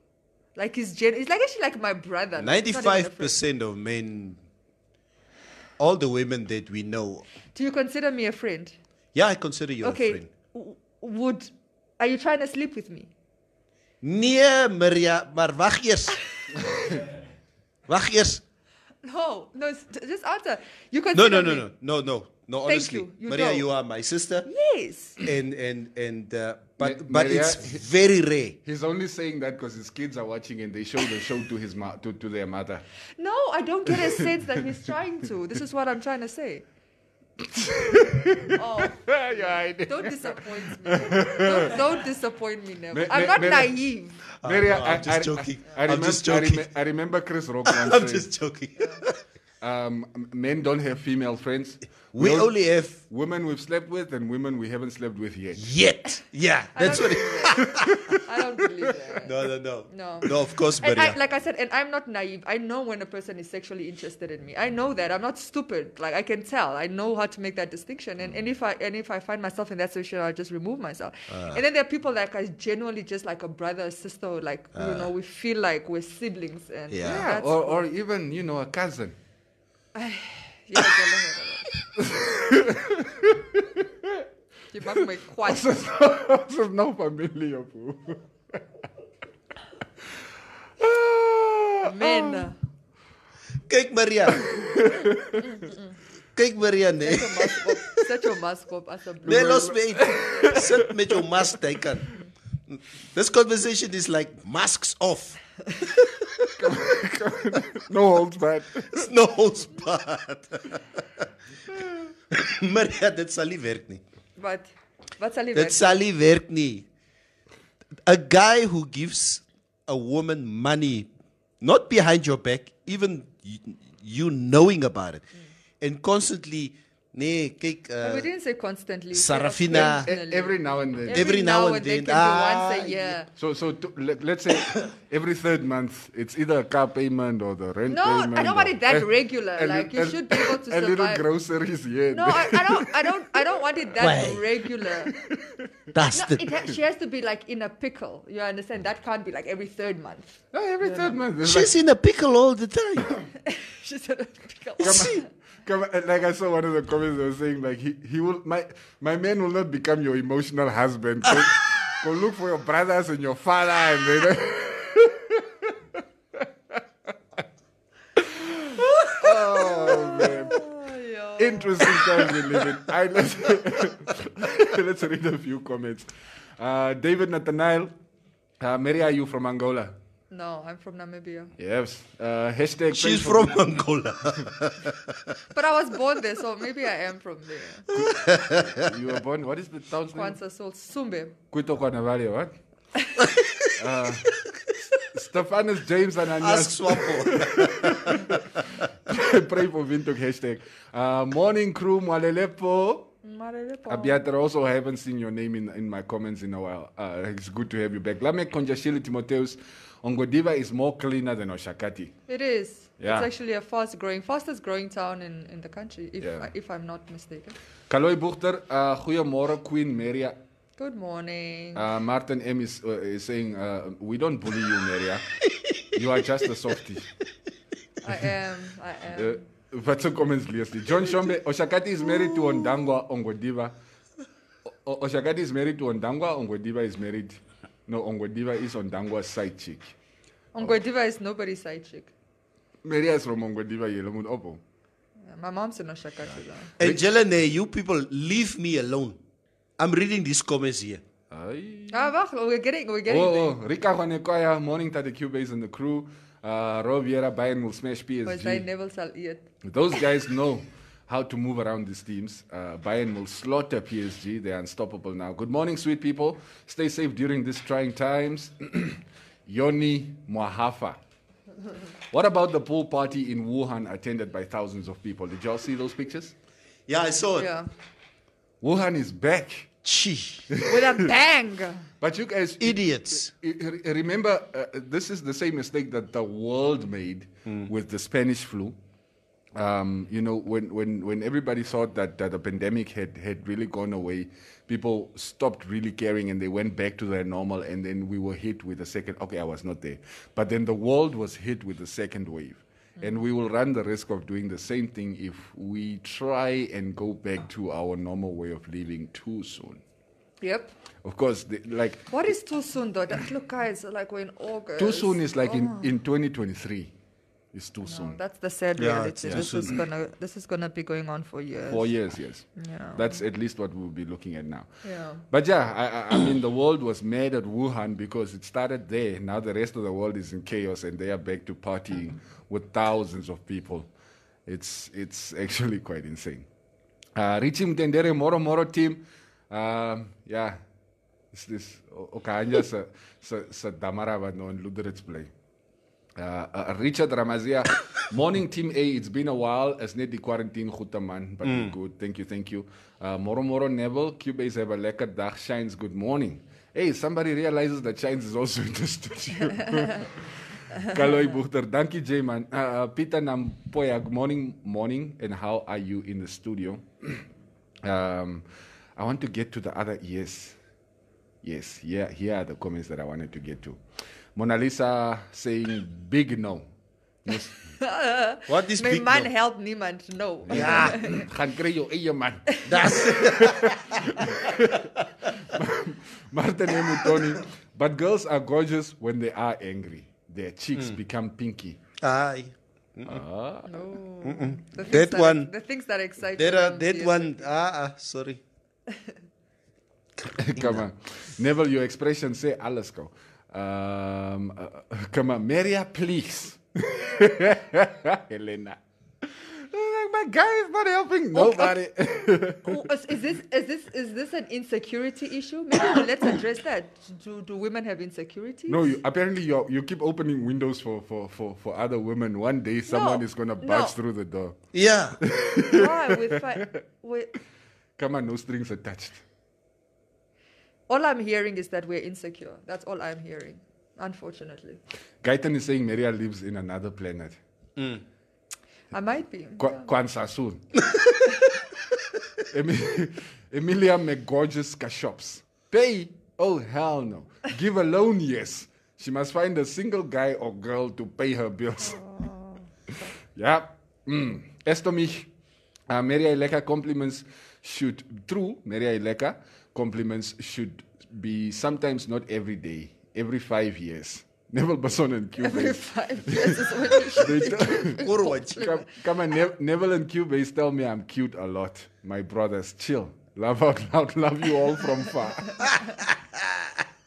Like he's gen- it's like actually like my brother. like, it's not even a Ninety-five friend. percent of men, all the women that we know, Do you consider me a friend? yeah, I consider you okay. a friend. w- Would are you trying to sleep with me? Nee, Maria, maar wag eers. wag eers. No, no. s- Just answer. You No, consider no, no, me- no, no, no, no. Thank Honestly, you, you Maria, don't. you are my sister, Yes. and and and uh, Ma- but but Maria, it's he- very rare. He's only saying that because his kids are watching and they show the show to his ma- to, to their mother. No, I don't get a sense that he's trying to. This is what I'm trying to say. oh, don't disappoint me. Don't, don't disappoint me, Neville. Ma- I'm ma- not Maria- naive. Maria, no, Oh, I'm I- just I- joking. I, I I'm remember, just I joking. remem- I remember Chris Rock once I'm saying, just joking. um, men don't have female friends. We don't- only have women we've slept with and women we haven't slept with yet. yet. Yeah, that's what. It, I don't believe that. no, no, no, No. no. Of course, And I, Maria. like I said, and I'm not naive. I know when a person is sexually interested in me. I know that. I'm not stupid. Like I can tell. I know how to make that distinction. And, and if I and if I find myself in that situation, I'll just remove myself. Ah. And then there are people like I genuinely just like a brother, a sister. or Like you know, we feel like we're siblings. And Yeah, that's- or, or even, you know, a cousin. Yeah, go ahead, go ahead. Je maakt me kwaad. Eso es no familia, pu. Ah, Men. uh, Kyk, Maria. Mm, Kyk, Maria, nee. Zet je mask op. Zet je mask op, alsjeblieft. Nee, los me eet. Sit met jou mask teken. This conversation is like masks off. no holds barred. No holds barred. maar ja, dit sal nie werk nie. Wat? Wat zal je Dit sal nie werk nie. A guy who gives a woman money not behind your back, even you, you knowing about it and constantly nee, kyk But we uh, didn't say constantly. we said Sarafina. e-, occasionally. Every now and then. Every, now, and then. Can Ah, be once a year. So, so to, let, let's say every third month, it's either a car payment or the rent No, I payment. don't want or- it that a- regular. a Like, lit- you Eh, a- should be able to A little survive. groceries, yeah. No, I, I don't. I don't. I don't want it that Why? regular. that's No, the it ha- she has to be like in a pickle. You understand? That can't be like every third month. No, every third month. it's She's in a pickle all the time. She's in a pickle. Come on. Come on. Like I saw one of the comments that was saying, like he, he will my my man will not become your emotional husband. Go, go look for your brothers and your father and then Oh man. Interesting times we live in. I, let's, let's read a few comments. Uh, David Nathaniel, uh, Mary, are you from Angola? No, I'm from Namibia. Yes. Uh, hashtag She's pray for from Angola. But I was born there, so maybe I am from there. you were born. What is the town's name? Kwanzaa Soul Sumbe. Kuito kwa Navalia, what? uh, Stephanus James Ask Ananias, Swapo. pray for Vintok hashtag. Uh, morning crew, Mwalelepo. Abiatar, also I haven't seen your name in, in my comments in a while. Uh, it's good to have you back. Lamek Konjashili Timoteus, Ongodiva is more cleaner than Oshakati. It is. Yeah. It's actually a fast growing, fastest growing town in, in the country, if, Yeah. I, if I'm not mistaken. Kaloi Buchter, uh, Goeiemorgen Queen Maria. Good morning. Uh, Martin M is, uh, is saying, uh, we don't bully you, Maria. you are just a softie. I am. I am. Uh, But two comments, seriously. John Shombe, Oshakati is married to Ondangwa Ongodiva. O- Oshakati is married to Ondangwa. Ongodiva is married. No, Ongodiva is Ondangwa's side chick. Oh. Ongwediva is nobody's side chick. Maria is from Ongodiva. Yelo Mun Opo. Yeah, My mom's in Oshakati though. And Jelene, you people, leave me alone. I'm reading these comments here. Ah, wacht, we're getting, we're getting there. Oh, oh, Rika Honekoya, morning Tata Cubase and the crew. Uh, Rob Vieira, Bayern will smash But I PSG. never shall eat. Those guys know how to move around these teams. Uh, Bayern will slaughter PSG. They're unstoppable now. Good morning, sweet people. Stay safe during these trying times. Yoni Mwahafa. What about the pool party in Wuhan attended by thousands of people? Did y'all see those pictures? Yeah, I saw it. Yeah. Wuhan is back. Gee. With a bang. But you guys, idiots. I- I- I remember, uh, this is the same mistake that the world made with the Spanish flu. Um, you know, when, when, when everybody thought that, that the pandemic had, had really gone away, people stopped really caring and they went back to their normal. And then we were hit with the second. Okay, I was not there, but then the world was hit with the second wave. And we will run the risk of doing the same thing if we try and go back to our normal way of living too soon. Yep. Of course, the, like What is too soon though? That, look, guys, like we're in August. Too soon is like in, Oh. in 2023. It's too soon. That's the sad Yeah, it's reality. too This is soon. gonna this is gonna be going on for years. Four years, yes. Yeah. That's at least what we'll be looking at now. Yeah. But yeah, I, I, I mean, the world was mad at Wuhan because it started there. Now the rest of the world is in chaos and they are back to partying with thousands of people. It's, it's actually quite insane. Uh, Richim Tendere Moro Moro team. Um, yeah. It's this Okanja sa, sa, sa Damarava no and Luderitz play. Uh, uh, Richard Ramazia, morning team A. It's been a while. As net die quarantine goed man, but Mm. good. Thank you, thank you. Uh, Moro Moro Neville, Cubase have a lekker dag. Shines, good morning. Hey, somebody realizes that Shines is also in the studio. Kaloi Buchter, thank you, J man. Uh, uh, Peter Nampoya, good morning, morning, and how are you in the studio? um, I want to get to the other yes. Yes, here, here are the comments that I wanted to get to. Mona Lisa saying big no. What is My big man now? helped niemand. No. Ja, gaan kry jou eie man. Das. Martin Emutoni, but girls are gorgeous when they are angry. Their cheeks become pinky. Aye. Ah. The things That one. The things that excite There you are on that TSA. one. Ah, ah, sorry. Come on. Neville, your expression say alles go. Um, uh, uh, come on, Maria, please. Helena. Like, my guy is not helping uh, nobody. Oh, is, is this is this is this an insecurity issue? Maybe well, let's address that. Do do women have insecurity? No, you, apparently you you keep opening windows for, for, for, for other women. One day someone No, is gonna no. barge through the door. Yeah. Why? We fi- we, Come on, no strings attached. all I'm hearing is that we're insecure. That's all I'm hearing. Unfortunately, Gaitan is saying Maria lives in another planet. I might be. Kwa- Kwanzaa soon. Emi- Emilia McGorgeous Cashops. Pay? Oh, hell no. Give a loan, yes. She must find a single guy or girl to pay her bills. yeah. Mm. Estomich. Uh, Maria Eleka compliments should, true, Maria Eleka compliments should be sometimes not every day, every five years. Neville Basson and Q. Every five years is when you should They be don't- giving Come, come on, ne- Neville and Cubase tell me I'm cute a lot. My brothers, chill. Love out loud. Love you all from far.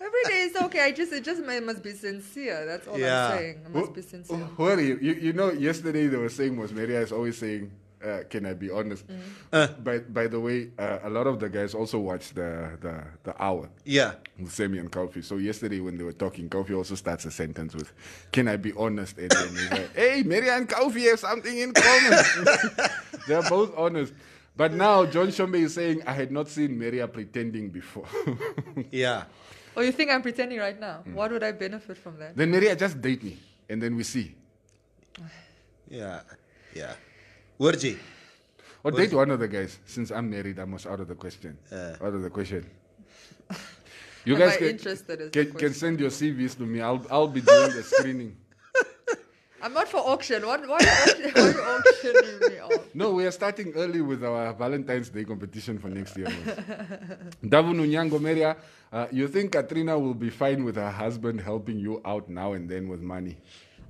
Every day is okay. I just it just ma- must be sincere. That's all I'm saying. It must be Oh. sincere. Worry. You, you know, yesterday they were saying was Maria is always saying, uh, "Can I be honest?" by by the way, uh, a lot of the guys also watched the the, the hour. Yeah. With Semi and Kofi. So yesterday when they were talking, Kofi also starts a sentence with, "Can I be honest?" And then he's like, "Hey, Maria and Kofi have something in common." They're both honest. But now John Shombe is saying, "I had not seen Maria pretending before." yeah. Oh, you think I'm pretending right now? Hmm. What would I benefit from that? Then Maria just date me, and then we see. Yeah. Yeah. Werji. Or What date is- Oh, one of the guys. Since I'm married, I'm out of the question. out of the question. You Am guys I can, interested is the can, can question. send your CVs to me. I'll, I'll be doing the screening. I'm not for auction. What? Why are you auction- why are you auctioning me off? No, we are starting early with our Valentine's Day competition for next year. Davun Unyango Meria, uh, you think Katrina will be fine with her husband helping you out now and then with money?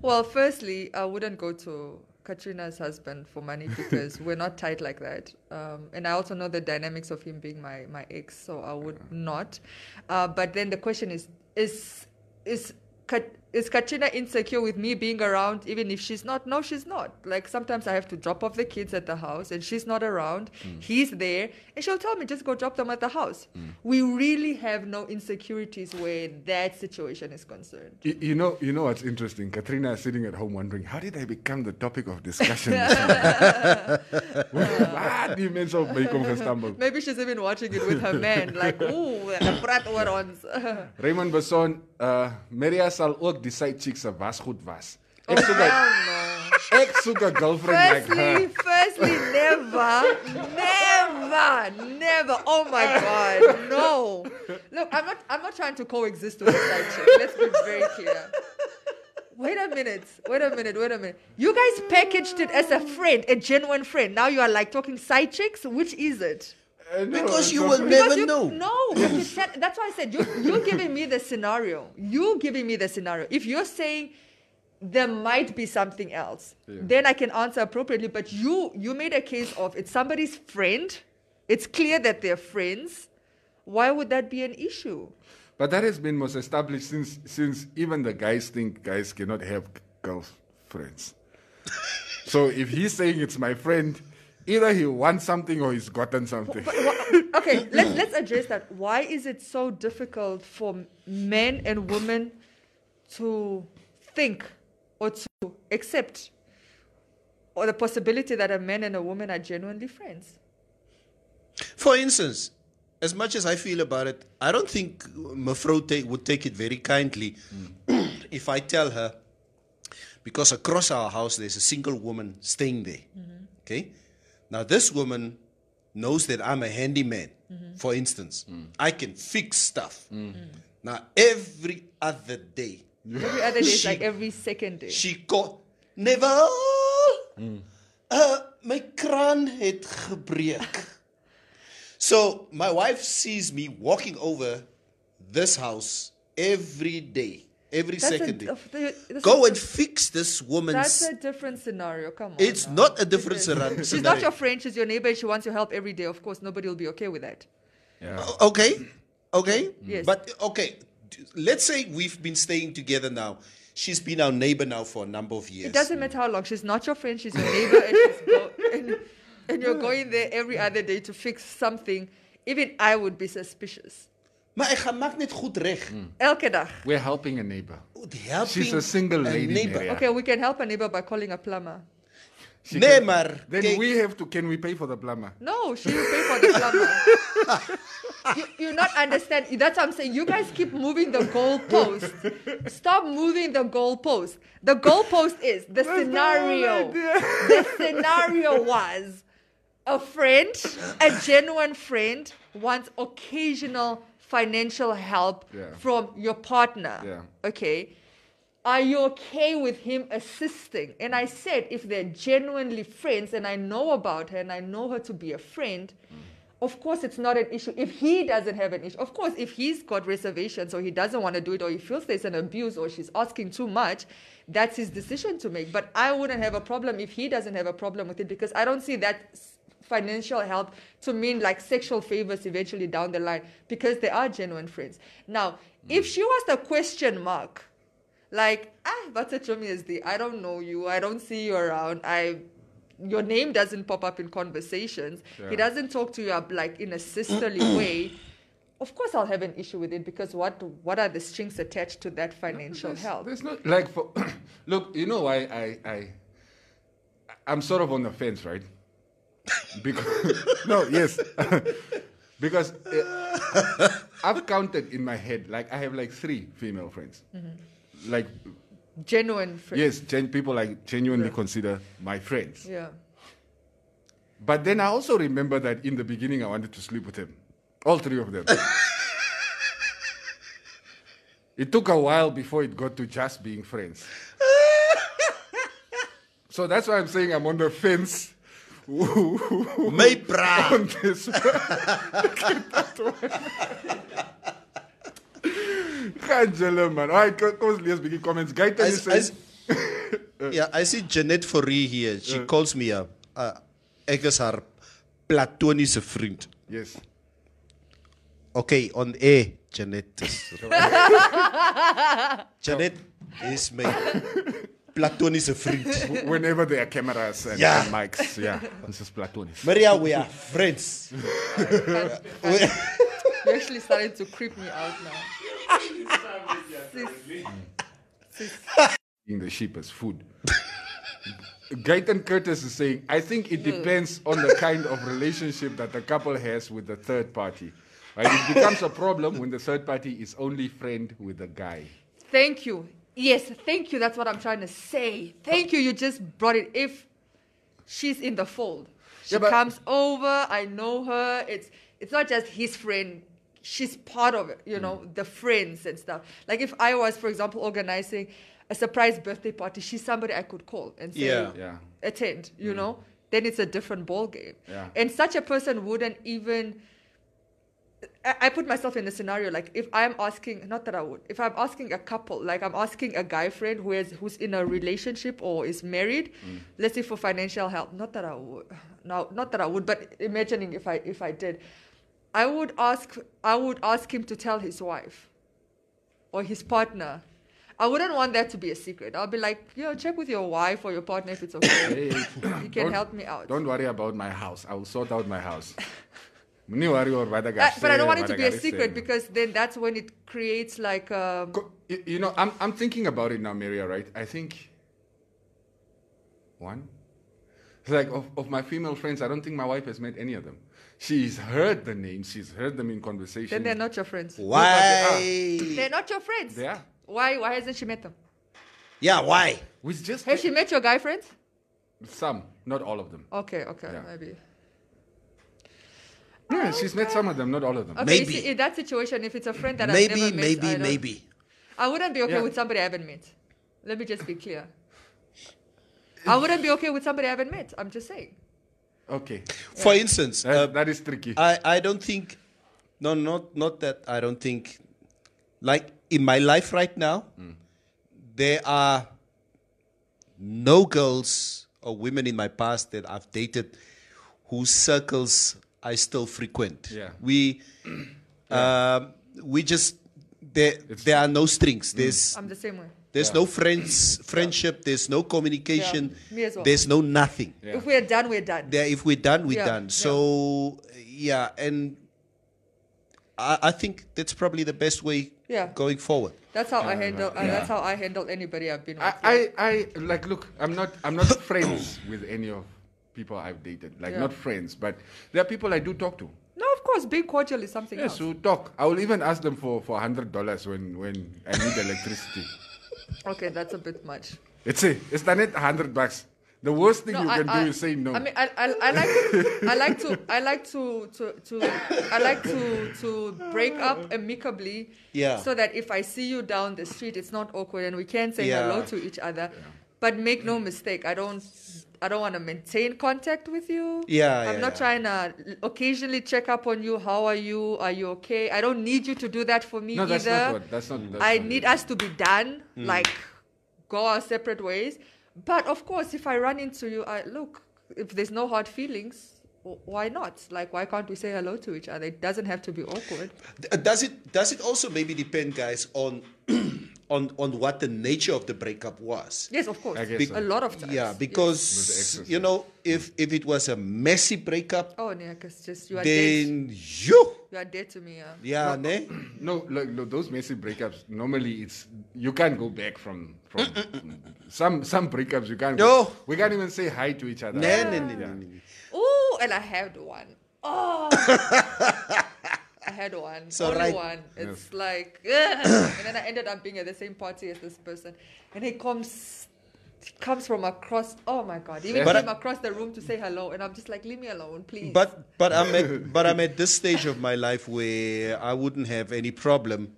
Well, firstly, I wouldn't go to Katrina's husband for money because we're not tight like that. Um, and I also know the dynamics of him being my, my ex, so I would not. Uh, but then the question is is is Kat- is Katrina insecure with me being around, even if she's not? No, she's not. Like sometimes I have to drop off the kids at the house, and she's not around. He's there, and she'll tell me just go drop them at the house. We really have no insecurities where that situation is concerned. Y- You know, you know what's interesting? Katrina is sitting at home wondering, how did I become the topic of discussion? this evening?" What the immense of Bacon has stumbled. Maybe she's even watching it with her man. Like, ooh, the brat warons. Raymond Besson, uh, Maria sal ook decide chicks are was goed was. Oh, Ek soek a- hell no. ek soek 'n girlfriend like Firstly, her. firstly, never, never, never. Oh my God, no. Look, I'm not, I'm not trying to coexist with a side chick. Let's be very clear. Wait a minute, wait a minute, wait a minute. You guys packaged it as a friend, a genuine friend. Now you are like talking side chicks. Which is it? Because you will Because never you- know. No, but you said- that's why I said you, you're giving me the scenario. You're giving me the scenario. If you're saying there might be something else, Yeah. then I can answer appropriately. But you, you made a case of it's somebody's friend. It's clear that they're friends. Why would that be an issue? But that has been most established since since even the guys think guys cannot have girlfriends. so if he's saying it's my friend, either he wants something or he's gotten something. okay, let's let's address that. Why is it so difficult for men and women to think or to accept or the possibility that a man and a woman are genuinely friends? For instance, as much as I feel about it, I don't think Mafro take, would take it very kindly if I tell her, because across our house there's a single woman staying there. Okay? Now, this woman knows that I'm a handyman, for instance. I can fix stuff. Now, every other day, Every other day is she- like every second day. she got never. Hmm. Uh, my kraan het gebreek. so my wife sees me walking over this house every day, every That's a- second day. of the- that's Go a- and fix this That's woman's. a different scenario. Come on. It's now. not a different scenario. She's not your friend. She's your neighbor. and She wants your help every day. Of course, nobody will be okay with that. Okay, okay. Yes. But okay, d- let's say we've been staying together now. She's been our neighbor now for a number of years. It doesn't matter how long. She's not your friend. She's your neighbor, and, she's go- and, and you're going there every other day to fix something. Even I would be suspicious. Maar ek gaan maak net goed reg. Elke dag. We're helping a neighbor. helping Hmm. She's a single a lady. neighbor. Maria. Okay, we can help a neighbor by calling a plumber. She Nee, can- maar Then kyk- we have to. Can we pay for the plumber? No, she will pay for the plumber. you, you not understand. That's what I'm saying. You guys keep moving the goalpost. Stop moving the goalpost. The goalpost is the scenario. The scenario was a friend, a genuine friend, wants occasional financial help Yeah. from your partner. Yeah. Okay. Are you okay with him assisting? And I said, if they're genuinely friends and I know about her and I know her to be a friend, of course it's not an issue. If he doesn't have an issue, of course, if he's got reservations or he doesn't want to do it or he feels there's an abuse or she's asking too much, that's his decision to make. But I wouldn't have a problem if he doesn't have a problem with it because I don't see that s- financial help to mean like sexual favors eventually down the line because they are genuine friends. Now, if she was the question mark, like ah that's a chumi is the i don't know you i don't see you around i your name doesn't pop up in conversations Yeah. he doesn't talk to you up like in a sisterly way of course i'll have an issue with it because what what are the strings attached to that financial help there's no like for look you know why i i i'm sort of on the fence right because no yes because uh, i've counted in my head like i have like three female friends like genuine friend yes gen- people i genuinely consider my friends yeah but then i also remember that in the beginning i wanted to sleep with him all three of them it took a while before it got to just being friends So that's why I'm saying I'm on the fence. My bra. On this one. Angela, man. All right, co- cause let's begin comments. Gaita, I you s- I say. s- yeah, I see Jeanette Forrie here. She Uh. calls me up. Uh, ek is haar platoniese vriend. Yes. Okay, on air, Jeanette. is- Jeanette is my platoniese vriend. W- Whenever there are cameras and, Yeah. and mics, yeah, this is platonic. Maria, we are friends. You're actually starting to creep me out now. Sis. Eating the sheep as food. Gaitan Curtis is saying, I think it depends on the kind of relationship that the couple has with the third party. Right? It becomes a problem when the third party is only friend with the guy. Thank you. Yes, thank you. That's what I'm trying to say. Thank you. You just brought it. If she's in the fold, she Yeah, but- comes over. I know her. It's it's not just his friend. She's part of it. You know Mm. the friends and stuff. Like if I was, for example, organizing a surprise birthday party, she's somebody I could call and say, Yeah. Yeah. Mm. attend. You know, then it's a different ball game. Yeah. And such a person wouldn't even. I, I put myself in a scenario like if I'm asking, not that I would, if I'm asking a couple, like I'm asking a guy friend who is who's in a relationship or is married, Mm. let's say for financial help. Not that I would, no, not that I would, but imagining if I if I did, I would ask I would ask him to tell his wife or his partner. I wouldn't want that to be a secret. I'll be like, yo, check with your wife or your partner if it's okay. you can Don't- help me out. Don't worry about my house. I will sort out my house. Muni worry or Uh, Badagash but I don't say, want it to be a Badagash secret say. because then that's when it creates like um, Y- You know, I'm, I'm thinking about it now, Maria, right? I think one. It's like of, of my female friends, I don't think my wife has met any of them. She's heard the names, she's heard them in conversation. then they're not your friends. Why? They're not your friends. They are. Why? Why hasn't she met them? Yeah, why? Which just Has she met your guy friends? some, not all of them. Okay, okay, Yeah. maybe. Yeah, she's met some of them, not all of them. Okay, you see, in that situation, if it's a friend that I've Maybe, never met, I maybe, don't- maybe. I wouldn't be okay Yeah. with somebody I haven't met. Let me just be clear. I wouldn't be okay with somebody I haven't met. I'm just saying. Okay. For instance, uh, That, that is tricky. I, I don't think no not not that I don't think like in my life right now there are no girls or women in my past that I've dated whose circles I still frequent. Yeah. We um, we just there there are no strings. There's I'm the same way. there's no friends friendship, there's no communication, Yeah. Me as well. there's no nothing If we're done, we're done. there if we're done we're Yeah, done so yeah and I, I think that's probably the best way Yeah. going forward That's how I handle. Uh, Yeah. That's how I handle anybody I've been with. I, I, I like look. I'm not. I'm not friends with any of people I've dated. Like Yeah. not friends, but there are people I do talk to. no, of course, being cordial is something Yes, else. so talk. I will even ask them for for hundred dollars when when I need electricity. Okay, that's a bit much. It's it. It's done it hundred bucks. The worst thing you I- can I, do is say no. I mean, I, I, I like, I like to, I like to, to, to, I like to, to break up amicably. Yeah. So that if I see you down the street, it's not awkward and we can say Yeah. hello to each other. But make no mistake, I don't, I don't want to maintain contact with you. Yeah, I'm yeah, not yeah. trying to occasionally check up on you. How are you? Are you okay? I don't need you to do that for me no, either. that's not what. That's not. That's I not need it. us to be done, Hmm. Mm. like go our separate ways. But of course, if I run into you, I look. If there's no hard feelings, w- why not? Like, why can't we say hello to each other? It doesn't have to be awkward. Uh, does it does it also maybe depend guys on on on what the nature of the breakup was Yes, of course. I guess so. a lot of times. yeah yes. because you know if if it was a messy breakup Oh, yeah, because just you are dead. then you You are dead to me. yeah Yeah. ne? No, look, look, those messy breakups. Normally, it's you can't go back from from some some breakups. You can't. No, go, we can't even say hi to each other. No, no, no, Yeah. Oh, and I had one. Oh, I had one. So Only right- one. It's Yes. like, ugh. and then I ended up being at the same party as this person, and he comes, he comes from across. Oh my god! He even But I- came across the room to say hello, and I'm just like, leave me alone, please. But but I'm at but I'm at this stage of my life where I wouldn't have any problem,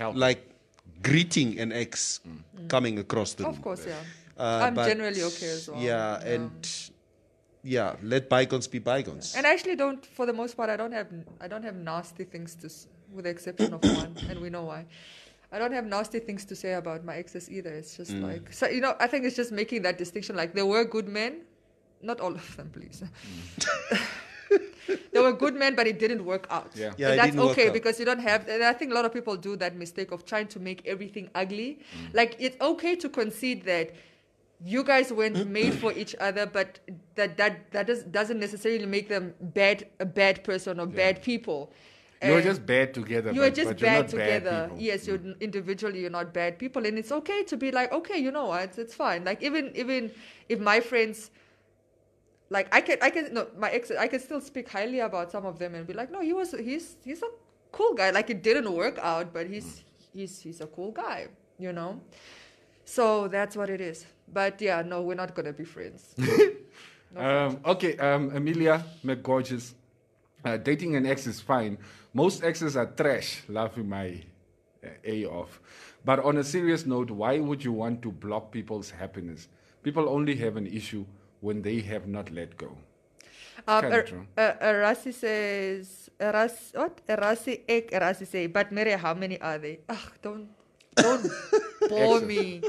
like greeting an ex coming across the of room. course, yeah. Uh, I'm but generally okay as well. Yeah, Yeah. and yeah, let bygones be bygones. And I actually don't, for the most part, I don't have I don't have nasty things to, s- with the exception of one, and we know why. I don't have nasty things to say about my exes either. It's just Mm. like so, you know. I think it's just making that distinction. Like there were good men, not all of them, please. there were good men, but it didn't work out. Yeah. Yeah, and it that's didn't work okay out. because you don't have. And I think a lot of people do that mistake of trying to make everything ugly. Mm. Like it's okay to concede that you guys weren't made for each other, but that that that does, doesn't necessarily make them bad a bad person or bad people. You were And just bad together. you are but- just but you're bad not together. people. Mm. yes, you're n- individually you're not bad people, and it's okay to be like, okay, you know what, it's, it's fine. Like even even if my friends. Like I can, I can no, my ex, I can still speak highly about some of them and be like, no, he was, he's, he's a cool guy. Like it didn't work out, but he's, he's, he's a cool guy, you know. So that's what it is. But yeah, no, we're not gonna be friends. Um, okay, um, Amelia McGorgeous. Uh, dating an ex is fine. Most exes are trash, laughing my uh, A off. But on a serious note, why would you want to block people's happiness? People only have an issue when they have not let go. Um, Kinda Er- true. Er- Erasi says, Eras, what? Erasi ek, Erasi say, but Mary, how many are they? Ugh, don't, don't bore Excess. me.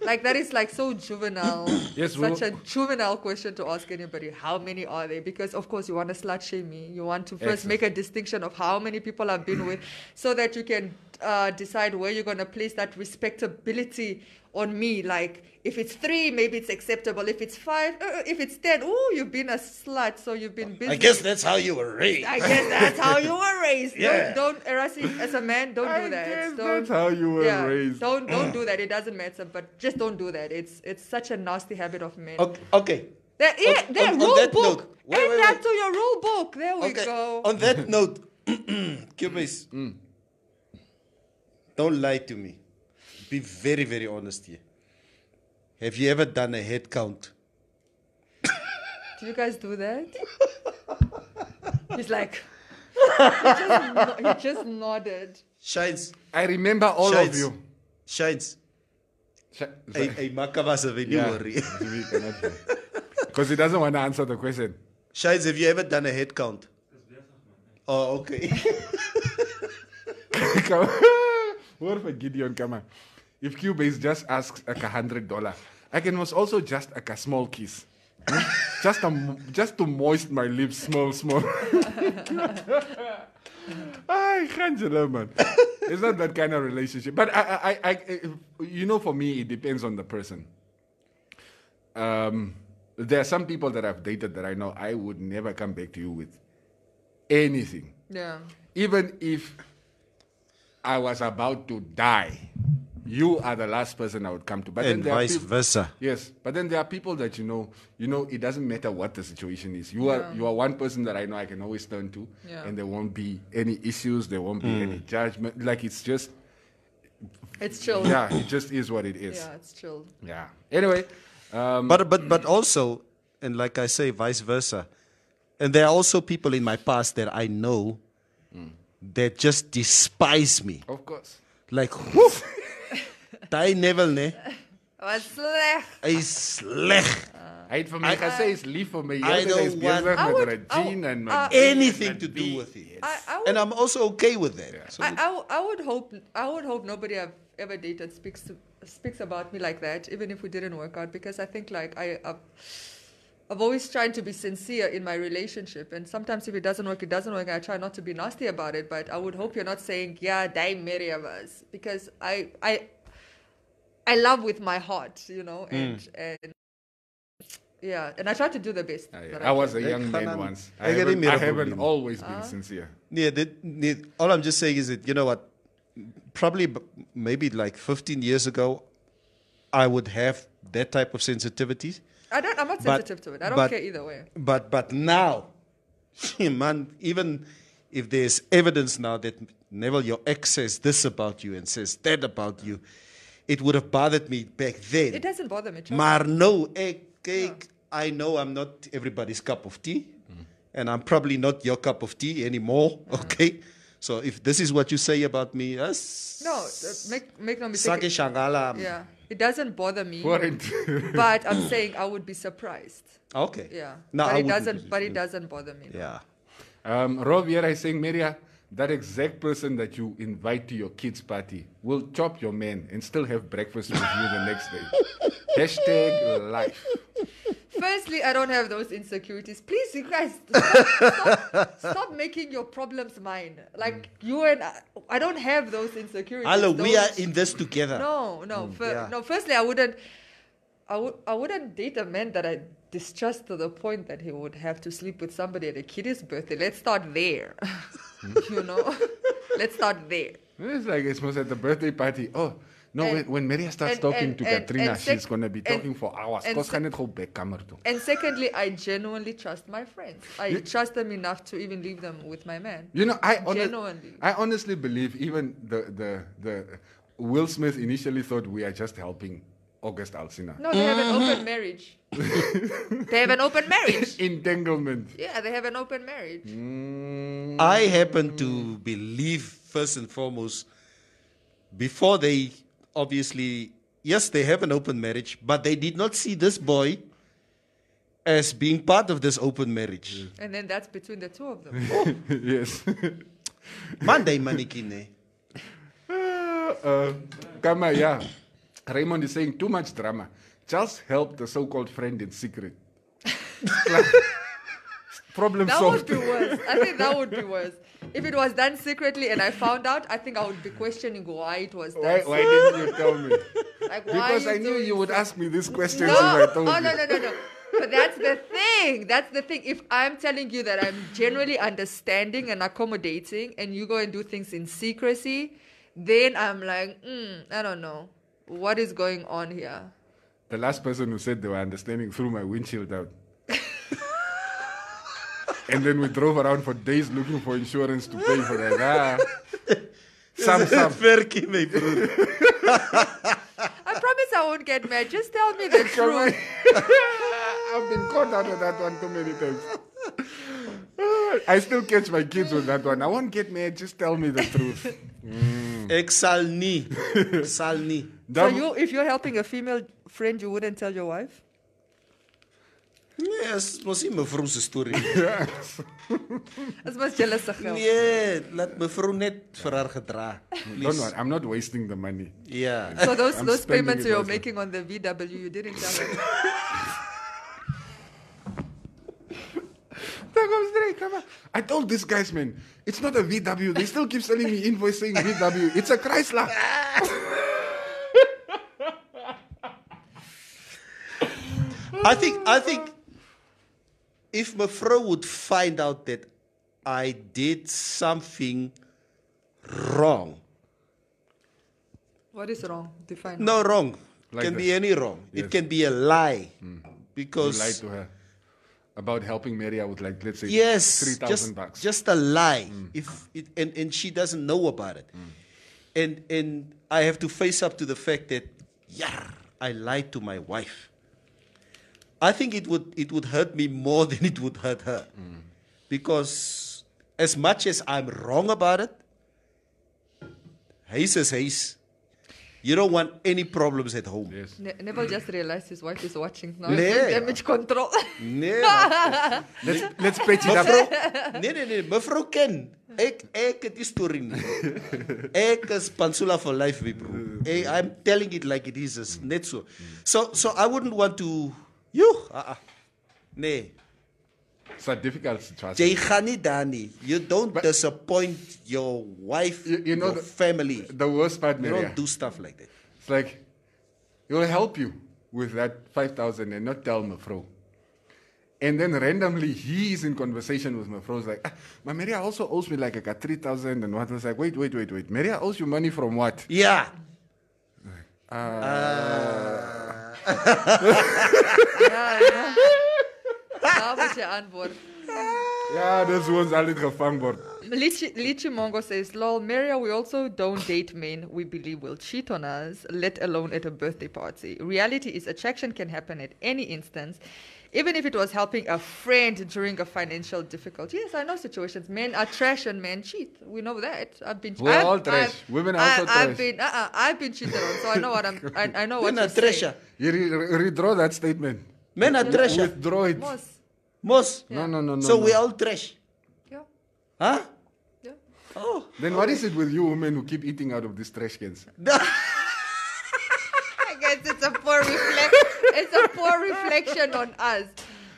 Like that is like so juvenile. Yes, we such will- a juvenile question to ask anybody. How many are they? Because of course you want to slut shame me. You want to Excess. first make a distinction of how many people I've been with, so that you can uh, decide where you're gonna place that respectability on me. Like if it's three, maybe it's acceptable. If it's five, uh, uh, if it's ten, oh, you've been a slut, so you've been busy. I guess that's how you were raised. I guess that's how you were raised. Yeah. Don't, don't Erasi, as a man, don't do that. don't, that's how you were yeah, raised. Don't don't do that. It doesn't matter. But just don't do that. It's it's such a nasty habit of men. Okay. okay. That, yeah, On- that on- on rule that book. note, wait, Add wait, that to your rule book. There we Okay, go. On that note, Kimis, don't lie to me. Be very, very honest here. Have you ever done a head count? Do you guys do that? He's like, he just, no- he just nodded. Shines. I remember all of Shines. you. Shines. A, a Makabasa venue worry. Because he doesn't want to answer the question. Shines, have you ever done a head count? Oh, okay. Come- What if a Gideon come on? If Cubase just asks like a hundred dollar, I can was also just like a small kiss. just to, just to moist my lips, small, small. Ay, Angela, man. It's not that kind of relationship. But I, I, I, I, you know, for me, it depends on the person. Um, there are some people that I've dated that I know I would never come back to you with anything Yeah. even if I was about to die, you are the last person I would come to. But then And there are vice peop- versa. Yes, but then there are people that you know. You know, it doesn't matter what the situation is. You are Yeah. you are one person that I know I can always turn to, Yeah. and there won't be any issues. There won't be Mm. any judgment. Like it's just It's chilled. yeah, it just is what it is. Yeah, it's chilled. Yeah. Anyway, um, but but but also, and like I say, vice versa. And there are also people in my past that I know that just despise me. Mm. Of course. Like, woof, die nevel ne, Was sleg. hy is sleg. Hy het vir my gesê is lief vir my. I Hy is don't want besig I met would- Regine I- en uh, met anything to do with it. I, I would And I'm also okay with that. So I, I, w- I would hope I would hope nobody I've ever dated speaks to, speaks about me like that, even if we didn't work out, because I think like I I've, I've always tried to be sincere in my relationship, and sometimes if it doesn't work, it doesn't work. I try not to be nasty about it, but I would hope you're not saying yeah, die marry of us, because I I I love with my heart, you know, Hmm. and and. Yeah, and I try to do the best. that I was a can. young man Ekhanan- once. I Ek het nie haven't, meer I een haven't probleem. always been Ah. sincere. Yeah, that, yeah, all I'm just saying is that, you know what, probably b- maybe like 15 years ago, I would have that type of sensitivity. I don't. I'm not But- sensitive to it. I don't but- care either way. But but now, man, even if there's evidence now that Neville, your ex says this about you and says that about you, it would have bothered me back then. It doesn't bother me. trust Maar no, ek, ek, eh, I know I'm not everybody's cup of tea, and I'm probably not your cup of tea anymore. Mm-hmm. Okay, so if this is what you say about me, us, No, uh, make make no mistake. sake shangala. Yeah, it It doesn't bother me. Warrant. but I'm saying I would be surprised. Okay. Yeah. No, but I it wouldn't doesn't. be But it doesn't bother me. Yeah. Um, Rob here is saying, Maria, that exact person that you invite to your kids' party will chop your man and still have breakfast with you the next day. Hashtag life. Firstly, I don't have those insecurities. Please, you guys, stop, stop, stop making your problems mine. Like you and I, I don't have those insecurities. Hello, we are those- in this together. No, no, Mm, fir- yeah. no. Firstly, I wouldn't. I would. I wouldn't date a man that I distrust to the point that he would have to sleep with somebody at a kiddie's birthday. Let's start there. you know, let's start there. It's Hmm? like it's most at the birthday party. Oh, no, And- when, when Maria starts and- talking and- to and- Katrina, and sec- she's going to be and- talking for hours. and Because sec- can it go back camera too? And secondly, I genuinely trust my friends. I You- trust them enough to even leave them with my man. You know, I honest, Genuinely. I honestly believe even the, the the Will Smith initially thought we are just helping August Alsina. No, they have an open marriage. they have an open marriage. Entanglement. Yeah, they have an open marriage. Mm. I happen to believe, first and foremost, before they obviously, yes, they have an open marriage, but they did not see this boy as being part of this open marriage. And then that's between the two of them. yes. Monday, Manikine. uh, Kama, yeah. Raymond is saying too much drama. Just help the so-called friend in secret. Problem That solved. would be worse. I think that would be worse. If it was done secretly and I found out, I think I would be questioning why it was done. Why, why didn't you tell me? Like, why Because you I knew doing you would ask me these questions No, if I oh, told no, you. no, no, no. But that's the thing. That's the thing. If I'm telling you that I'm generally understanding and accommodating, and you go and do things in secrecy, then I'm like, mm, I don't know what is going on here. The last person who said they were understanding threw my windshield out. and then we drove around for days looking for insurance to pay for that. Ah. Some, some. Verkie, my broer. I promise I won't get mad. Just tell me the Uh, Come on. truth. I've been caught out of that one too many times. I still catch my kids with that one. I won't get mad. Just tell me the truth. Ek sal nie. Sal nie. So you, if you're helping a female friend, you wouldn't tell your wife. Yes, mos nie mevrou se storie. As much jealous as hell. Nee, laat mevrou net vir haar gedra. Ja. Don't Please. worry, I'm not wasting the money. Yeah. So those I'm those spending payments it you're myself. making on the VW, you didn't tell her. There comes Drake, come on. I told these guys, man, it's not a VW. They still keep selling me invoice saying VW. It's a Chrysler. I think I think if mevrou would find out that I did something wrong. What is wrong? Define. No wrong. Like can that. be any wrong. Yes. Mm. It can be a lie. You Because lied to her about helping Maria with like let's say yes, three thousand just, bucks. Mm. Just a lie. If it, and and she doesn't know about it, and and I have to face up to the fact that yeah, I lied to my wife. I think it would it would hurt me more than it would hurt her, Mm. because as much as I'm wrong about it, he says he's. You don't want any problems at home. Yes. Ne- Neville just realized his wife is watching now. Nee. Doing Damage control. Nee. let's let's patch it Mevrou, up. nee nee nee, mevrou Ken. Ek ek het die storie nie. Ek is Pansula for life, my bro. Hey, I'm telling it like it is. It's net so. So so I wouldn't want to you. Uh, uh, nee. It's a difficult situation. Jy gaan nie daar nie. You don't disappoint your wife, You- you know your the- family. The worst part, You Maria. don't do stuff like that. It's like it will help you with that five thousand and not tell Mafro. And then randomly he is in conversation with Mafro. He's like, ah, but Maria also owes me like, like a three thousand and what? I was like, wait, wait, wait, wait. Maria owes you money from what? Yeah. ja, ja. Daar moet je antwoord. Yeah, those ones are little fun board. Lichi, Lichi Mongo says, lol, Maria, we also don't date men we believe will cheat on us, let alone at a birthday party. Reality is attraction can happen at any instance. even if it was helping a friend during a financial difficulty. Yes, I know situations. Men are trash and men cheat. We know that. I've been. We're I've- all trash. I've- Women are I- also I've trash. been. Uh-uh, I've been cheated on, so I know what I'm. I, I know what. Men are you're saying. thrasher. You re- re- redraw that statement. Men are thrasher. Withdraw it. Most. Most. No, no, no, no. so no. we all trash. Yeah. Huh? Oh. Then what is it with you women who keep eating out of these trash cans? I guess it's a poor reflect. It's a poor reflection on us.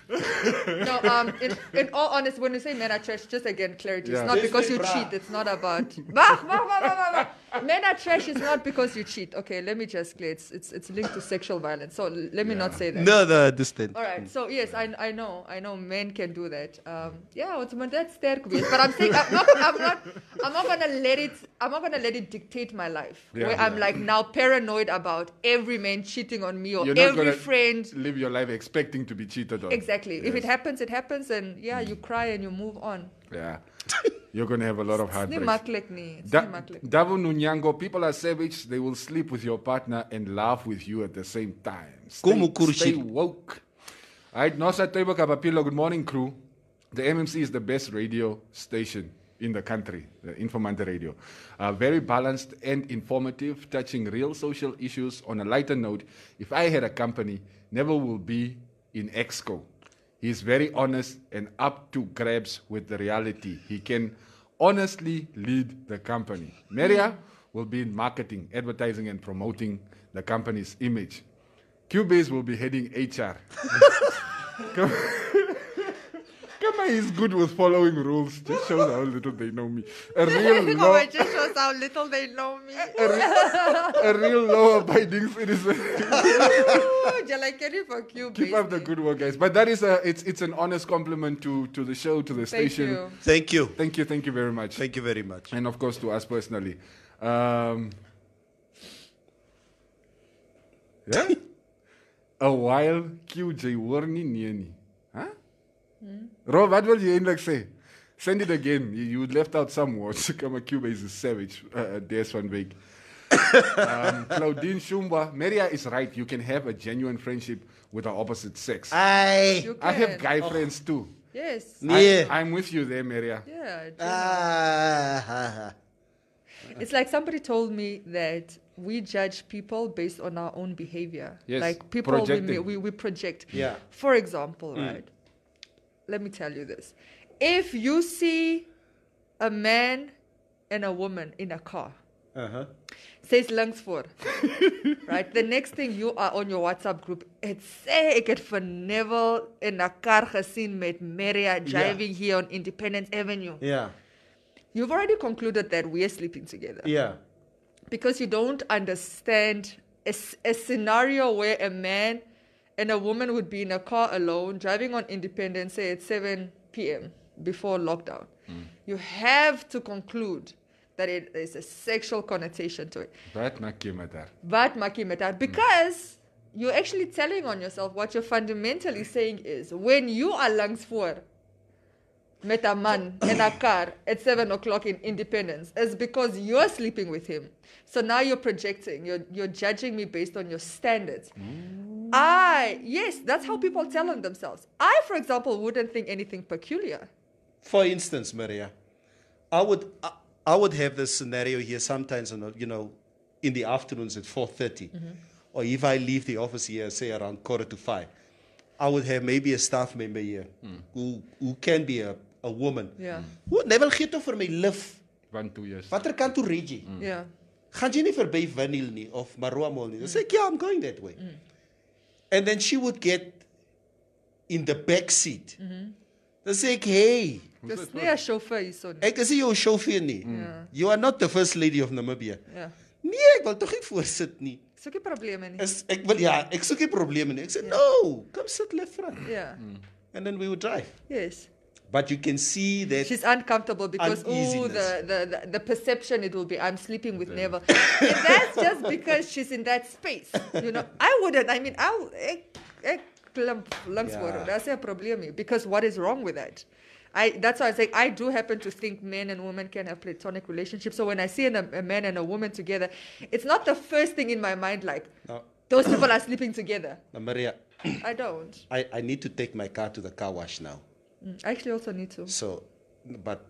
no, um, in, in all honest, when you say men are trash, just again clarity. Yeah. It's not Just because say you bra. cheat. It's not about. Bah, bah, bah, bah, bah, bah. Men are trash is not because you cheat. Okay, let me just clear. It's it's, it's linked to sexual violence. So l- let me not say that. No, no, I understand. All Mm. right. So yes, I, I know I know men can do that. Um, yeah, it's my that's their wees. But I'm saying I'm not I'm not I'm not gonna let it I'm not gonna let it dictate my life. Yeah, where I'm yeah. like now paranoid about every man cheating on me or You're not every gonna friend. live your life expecting to be cheated on. Exactly. If Yes. it Mm. happens, it happens, and yeah, you cry and you move on. Yeah. You're going to have a lot of Ni heartbreaks. maklik nie. It's nie Da- maklik. Davo Nunyango, people are savage. They will sleep with your partner and laugh with you at the same time. Como Stay, Kurushi. stay woke. All right, Nosa Tebaka Papilo, good morning, crew. The MMC is the best radio station in the country, the Informante Radio. Uh, very balanced and informative, touching real social issues. On a lighter note, if I had a company, Neville will be in Exco. He's very honest and up to grabs with the reality. He can honestly lead the company. Maria will be in marketing, advertising, and promoting the company's image. Cubase will be heading HR. Kama is good with following rules. Just shows how little they know me. A real oh, law, it just shows how little they know me. a real law-abiding citizen. Ooh, Jalai, can you fuck you, Keep babe? up the good work, guys. But that is a it's it's an honest compliment to to the show, to the Thank station. you. Thank you. Thank you, thank you very much. Thank you very much. And of course to us personally. Um, yeah. a while QJ warning Nieni. Huh? Hmm? Rob, what will you like say? Send it again. You, you left out some words. Kama Cuba is a savage. Uh, there's one week. um, Claudine Shumba, Maria is right. You can have a genuine friendship with the opposite sex. I. You I have can. guy friends too. Yes. Yeah. I, am with you there, Maria. Yeah. Ah, ha, ha. It's like somebody told me that we judge people based on our own behavior. Yes, Like people we, ma- projecting. we we project. Yeah. For example, Mm. right? Let me tell you this. If you see a man and a woman in a car, Uh-huh. says langs for right the next thing you are on your WhatsApp groep it say ek het van Neville in 'n kar gesien met Maria driving here on Independence Avenue Yeah. you've already concluded that we're sleeping together Yeah. because you don't understand a, s- a scenario where a man and a woman would be in a car alone driving on independence say at 7 p.m before lockdown you have to conclude that it is a sexual connotation to it But not Kimata. but Maki Metar, because you're actually telling on yourself what you're fundamentally saying is when you are langs for met a man in a car at seven o'clock in independence is because you're sleeping with him. So now you're projecting, you're you're judging me based on your standards. I yes, that's how people tell on themselves. I, for example, wouldn't think anything peculiar. For instance, Maria, I would I, I would have this scenario here sometimes on a- you know in the afternoons at four or if I leave the office here say around quarter to five, I would have maybe a staff member here Mm. who who can be a, a woman Yeah. who never gee toe vir my lif. One, two years. Watter kant toe ry jy? Yeah. Gaan jy nie verby Vinyl nie of Maroa Mall nie? Dan sê ek ja, I'm going that way. Mm. And then she would get in the back seat. Mm-hmm. Dan sê ek, "Hey, Dis nie 'n chauffeur hierso nie. Ek is nie jou chauffeur nie. You are not the first lady of Namibia. Mm. Ja. Nee, ek wil tog nie voorsit nie. Soek nie probleme nie. Is ek wil ja, ek soek nie probleme nie. Ek sê no, kom sit lê vra. Yeah. And then we would drive. Yes. But you can see that She's uncomfortable because ooh, the, Uneasiness. the, the the perception it will be I'm sleeping with Neville. and that's just because she's in that space. You know, I wouldn't. I mean, eh, I w- ek ek klump langs Yeah. voor. That's a problem eh, because what is wrong with that? I, that's why I say I do happen to think men and women can have platonic relationships. So when I see an, a man and a woman together, it's not the first thing in my mind like No. those people are sleeping together. Now, Maria, I don't. I, I need to take my car to the car wash now. Mm, I actually also need to. So, but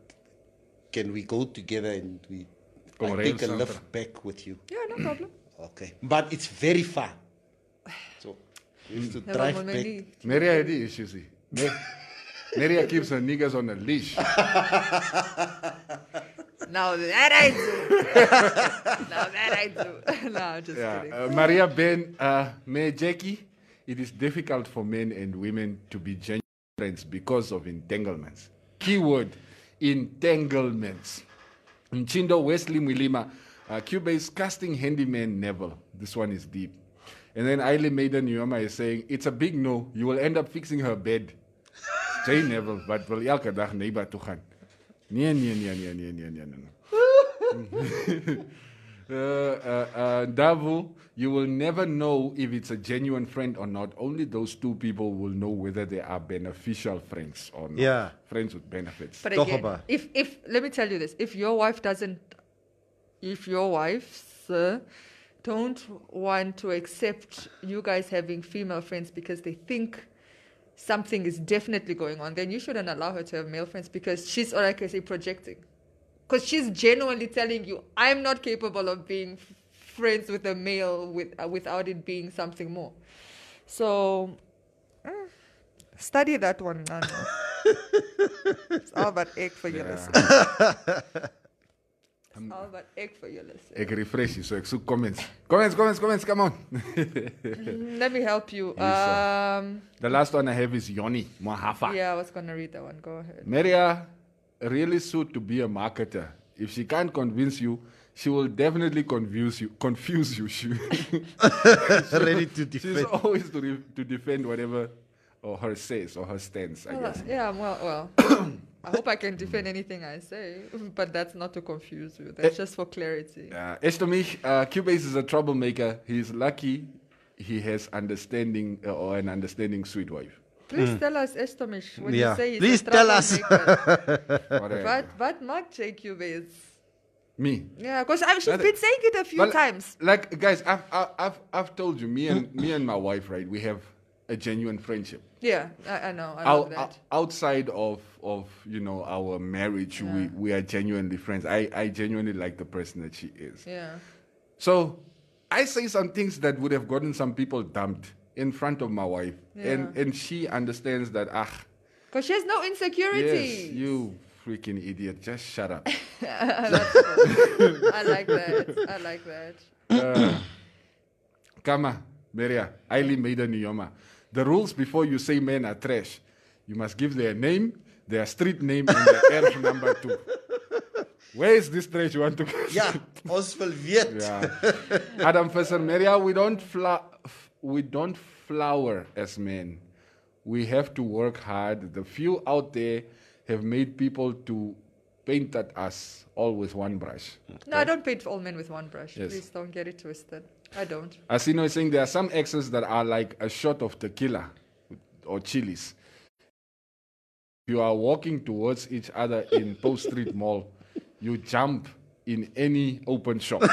can we go together and we I Kom maar take a heen, lift Sandra. back with you? Yeah, no problem. Okay. But it's very far. So, you have to Helemaal drive maar back. niet. Maria had the issues. eh. Ma- Maria keeps her niggas on a leash. Now that I do. now that I do. no, just kidding. Yeah. Uh, Maria Ben, uh, Mayor Jackie, it is difficult for men and women to be genuine friends because of entanglements. Keyword entanglements. Mchindo Wesley Mwilima, uh, Cuba's casting handyman Neville. This one is deep. And then Aile Maiden Nyoma is saying, It's a big no. You will end up fixing her bed. Jay Neville, but wil elke dag neighbor toe gaan. Nee, nee, nee, nee, nee, nee, nee, nee. Uh, uh, uh, Davu, you will never know if it's a genuine friend or not. Only those two people will know whether they are beneficial friends or not. Yeah. Friends with benefits. But again, if if let me tell you this, if your wife doesn't, if your wife, sir, don't want to accept you guys having female friends because they think something is definitely going on, then you shouldn't allow her to have male friends because she's or like I say projecting, because she's genuinely telling you, I'm not capable of being f- friends with a male with uh, without it being something more. So. mm, Study that one, Nana. It's all about egg for your Yeah. listeners. It's all about egg for your listeners. Ek refresh, so ek soek comments. Comments, comments, comments, come on. Mm, Let me help you. Yes, sir. Um, the last one I have is Yoni Mwahafa. yeah, I was gonna read that one. Go ahead. Maria really suit to be a marketer. If she can't convince you, she will definitely confuse you. Confuse you. She, Ready to She's defend. always to, re- to defend whatever or her says or her stance. I Well, guess. yeah, I'm well, well. I hope I can defend anything I say, but that's not to confuse you. Eh. That's just for clarity. Uh, Estomich, uh, Cubase is a troublemaker. He's lucky he has understanding uh, or an understanding sweet wife. Please Mm. tell us, Estomish, when Yeah. you say he's Please a tell us. troublemaker. Whatever. but but not Jake Cubase. Me. Yeah, because she's That- been saying it a few Well, times. Like guys, I've I- I've I've told you, me and me and my wife, right? We have a genuine friendship. Yeah, I, I know. I Ou- love that. ou- outside of of you know our marriage, we we are genuinely friends. I I genuinely like the person that she is. yeah. So I say some things that would have gotten some people dumped in front of my wife, and Yeah. and she understands that. Ah, Because she has no yes, insecurity. you freaking idiot, just shut up. That's good. I like that. I like that. Uh, Kama, Maria, Ailey Maida Nyoma. The rules before you say men are trash. You must give their name, their street name, and their erf number too. Where is this trash you want to get? Yeah, ons wil weet. Yeah. Adam Fesser, Maria, we don't fla- f- we don't flower as men. We have to work hard. The few out there have made people to paint at us all with one brush. No, I don't paint all men with one brush. Yes. Please don't get it twisted. I don't. Asino is saying there are some exes that are like a shot of tequila or chilies. You are walking towards each other in Post Street Mall. You jump in any open shop.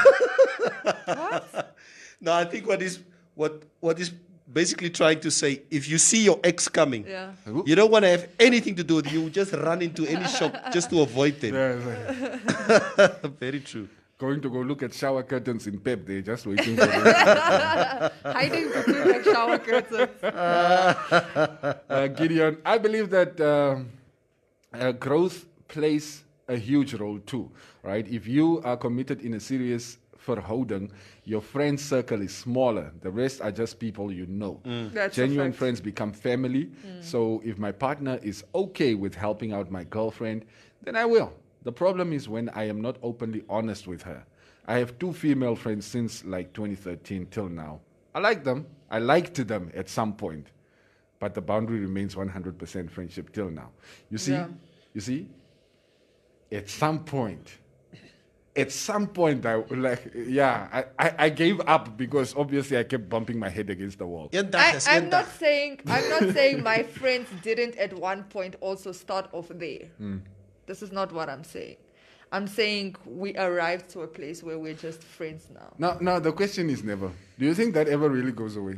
No, I think what is what what is basically trying to say, if you see your ex coming, Yeah. you don't want to have anything to do with you. Just run into any shop just to avoid them. Very true. Going to go look at shower curtains in Pep. They're just waiting for them. Hiding between like shower curtains. uh, Gideon, I believe that um, uh, growth plays a huge role too, right? If you are committed in a serious verhouding, your friend circle is smaller. The rest are just people you know. Mm. That's a Genuine fact. friends become family. So if my partner is okay with helping out my girlfriend, then I will. The problem is when I am not openly honest with her. I have two female friends since like 2013 till now. I like them. I liked them at some point but the boundary remains 100% friendship till now. You see, Yeah. you see, at some point, at some point, I like, yeah, I, I, I gave up because obviously I kept bumping my head against the wall. I, I'm not saying I'm not saying my friends didn't at one point also start off there. This is not what I'm saying. I'm saying we arrived to a place where we're just friends now. Now, now the question is never, do you think that ever really goes away?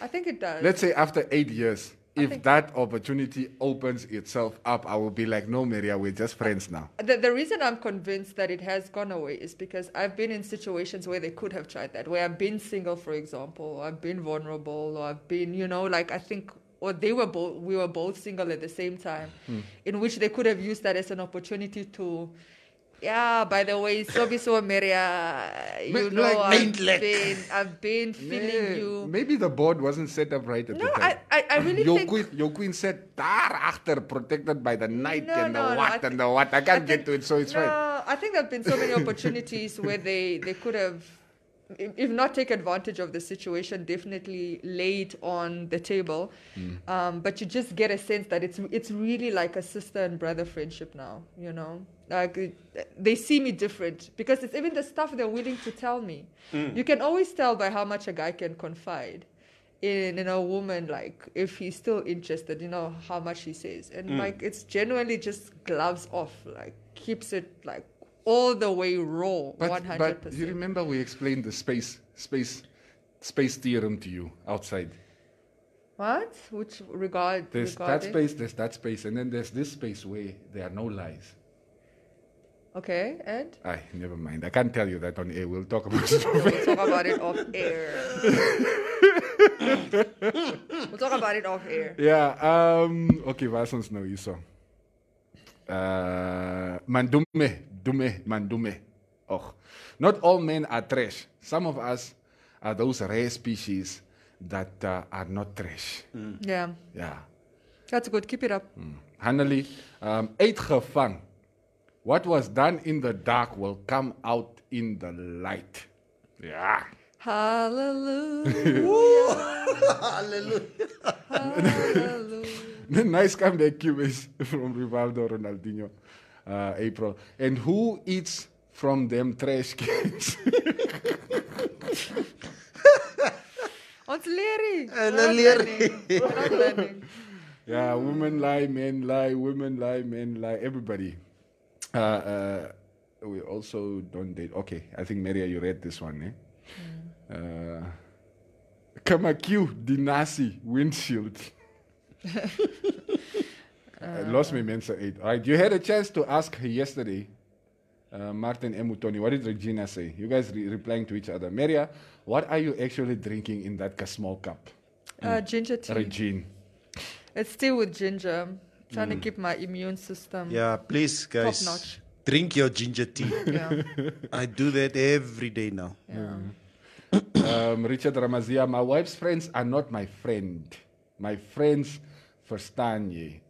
I think it does. Let's say after eight years, if that opportunity opens itself up, I will be like, no, Maria, we're just friends now. The, the reason I'm convinced that it has gone away is because I've been in situations where they could have tried that, where I've been single, for example, or I've been vulnerable, or I've been, you know, like I think, or they were both, we were both single at the same time, Hmm. in which they could have used that as an opportunity to. Yeah, by the way, so be so, Maria. You But, know, like, I've, mindless. been, I've been feeling Yeah, you. Maybe the board wasn't set up right at No, the I, time. I, I really your, think. queen, your queen said, daarachter, protected by the night No, and the no, no, what I and the what. I can't get to it, so it's no, right. I think there have been so many opportunities where they, they could have, if if not take advantage of the situation, definitely laid on the table. Mm. Um, but you just get a sense that it's it's really like a sister and brother friendship now. You know, like it- they see me different because it's even the stuff they're willing to tell me. Mm. You can always tell by how much a guy can confide. In, in a woman, like if he's still interested, you know how much he says, and Mm. like it's genuinely just gloves off, like keeps it like all the way raw, one But, hundred but you percent. remember we explained the space, space, space theorem to you outside. What? Which regard? There's that regarding- space, there's that space, and then there's this space where there are no lies. Okay, and Aye, never mind. I can't tell you that on air. We'll talk about it. we'll talk about it off air. we'll talk about it off air. Yeah, um, okay, was ons nou hierso? Uh Mandume, Dume, Mandume. Och. Not all men are trash. Some of us are those rare species that uh, are not trash. Yeah, Yeah. that's good. Keep it up. Hmm. Hannelie, um uitgevang. What was done in the dark will come out in the light. Yeah. Hallelujah. The nice comeback cube is from Rivaldo Ronaldinho, uh, April. And who eats from them trash cans? Ons leerie. Eh, Hulle leerie. yeah, women lie, men lie, women lie, men lie, everybody. Uh, uh, we also don't date. Okay, I think Maria, you read this one, eh? Uh, Kamakiu Dinasi windshield. I lost my mensa eight. All right, you had a chance to ask her yesterday, uh, Martin Emutoni. What did Regina say? You guys re- replying to each other. Maria, what are you actually drinking in that ca- small cup? Hmm. Uh, ginger tea. Regine. It's still with ginger. I'm trying to Hmm. Mm. keep my immune system. Yeah, please, guys. Top notch. Drink your ginger tea. Yeah. I do that every day now. um, Richard Ramazia, my wife's friends are not my friend. My friends verstaan je.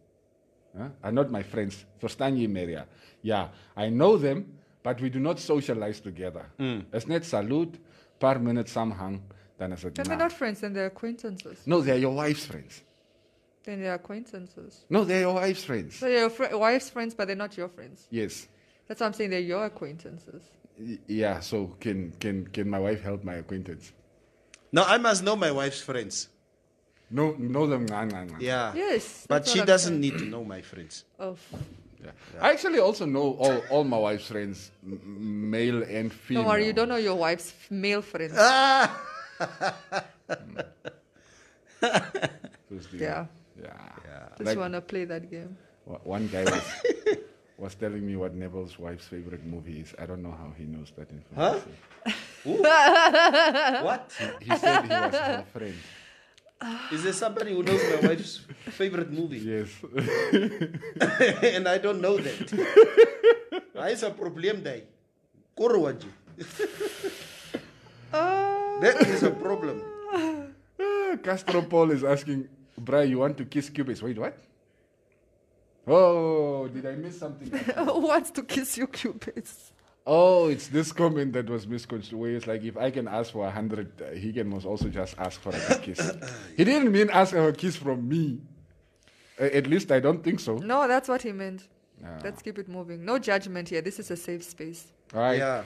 Huh? Are not my friends. Verstaan je, Maria? Yeah, I know them, but we do not socialize together. It's net salute, paar minutes samhang, dan is het Then na. they're not friends, then they're acquaintances. No, they're your wife's friends. Then they're acquaintances. No, they're your wife's friends. So they're your fri wife's friends, but they're not your friends. Yes. That's what I'm saying. They're your acquaintances. Y- Yeah, so can, can, can my wife help my acquaintance? Now I must know my wife's friends. No, know them. Nah, nah, nah. Yeah. Yes, But that's she what I'm doesn't saying. need to know my friends. Oh, Yeah. I actually also know all, all my wife's friends, m- m- male and female. Ah! don't worry. You don't know your wife's f- male friends. Ah! Those days. Yeah. Yeah. Just Like, wanna play that game. wa- one guy was, was telling me what Neville's wife's favorite movie is. I don't know how he knows that information. what? He said he was her friend. Is there somebody who knows my wife's favorite movie? Yes. and I don't know that. Hy is 'n probleem daai. Korwaji. Ah. That is a problem. Ah, Castro Paul is asking, Bri, you want to kiss Cubis? Wait, what? Oh, did I miss something? Who wants to kiss your cupids? Oh, it's this comment that was misconstrued. Where it's like, if I can ask for a hundred, uh, he can must also just ask for a kiss. he didn't mean ask for a kiss from me. Uh, at least I don't think so. No, that's what he meant. Ah. Let's keep it moving. No judgment here. This is a safe space. All right. Yeah.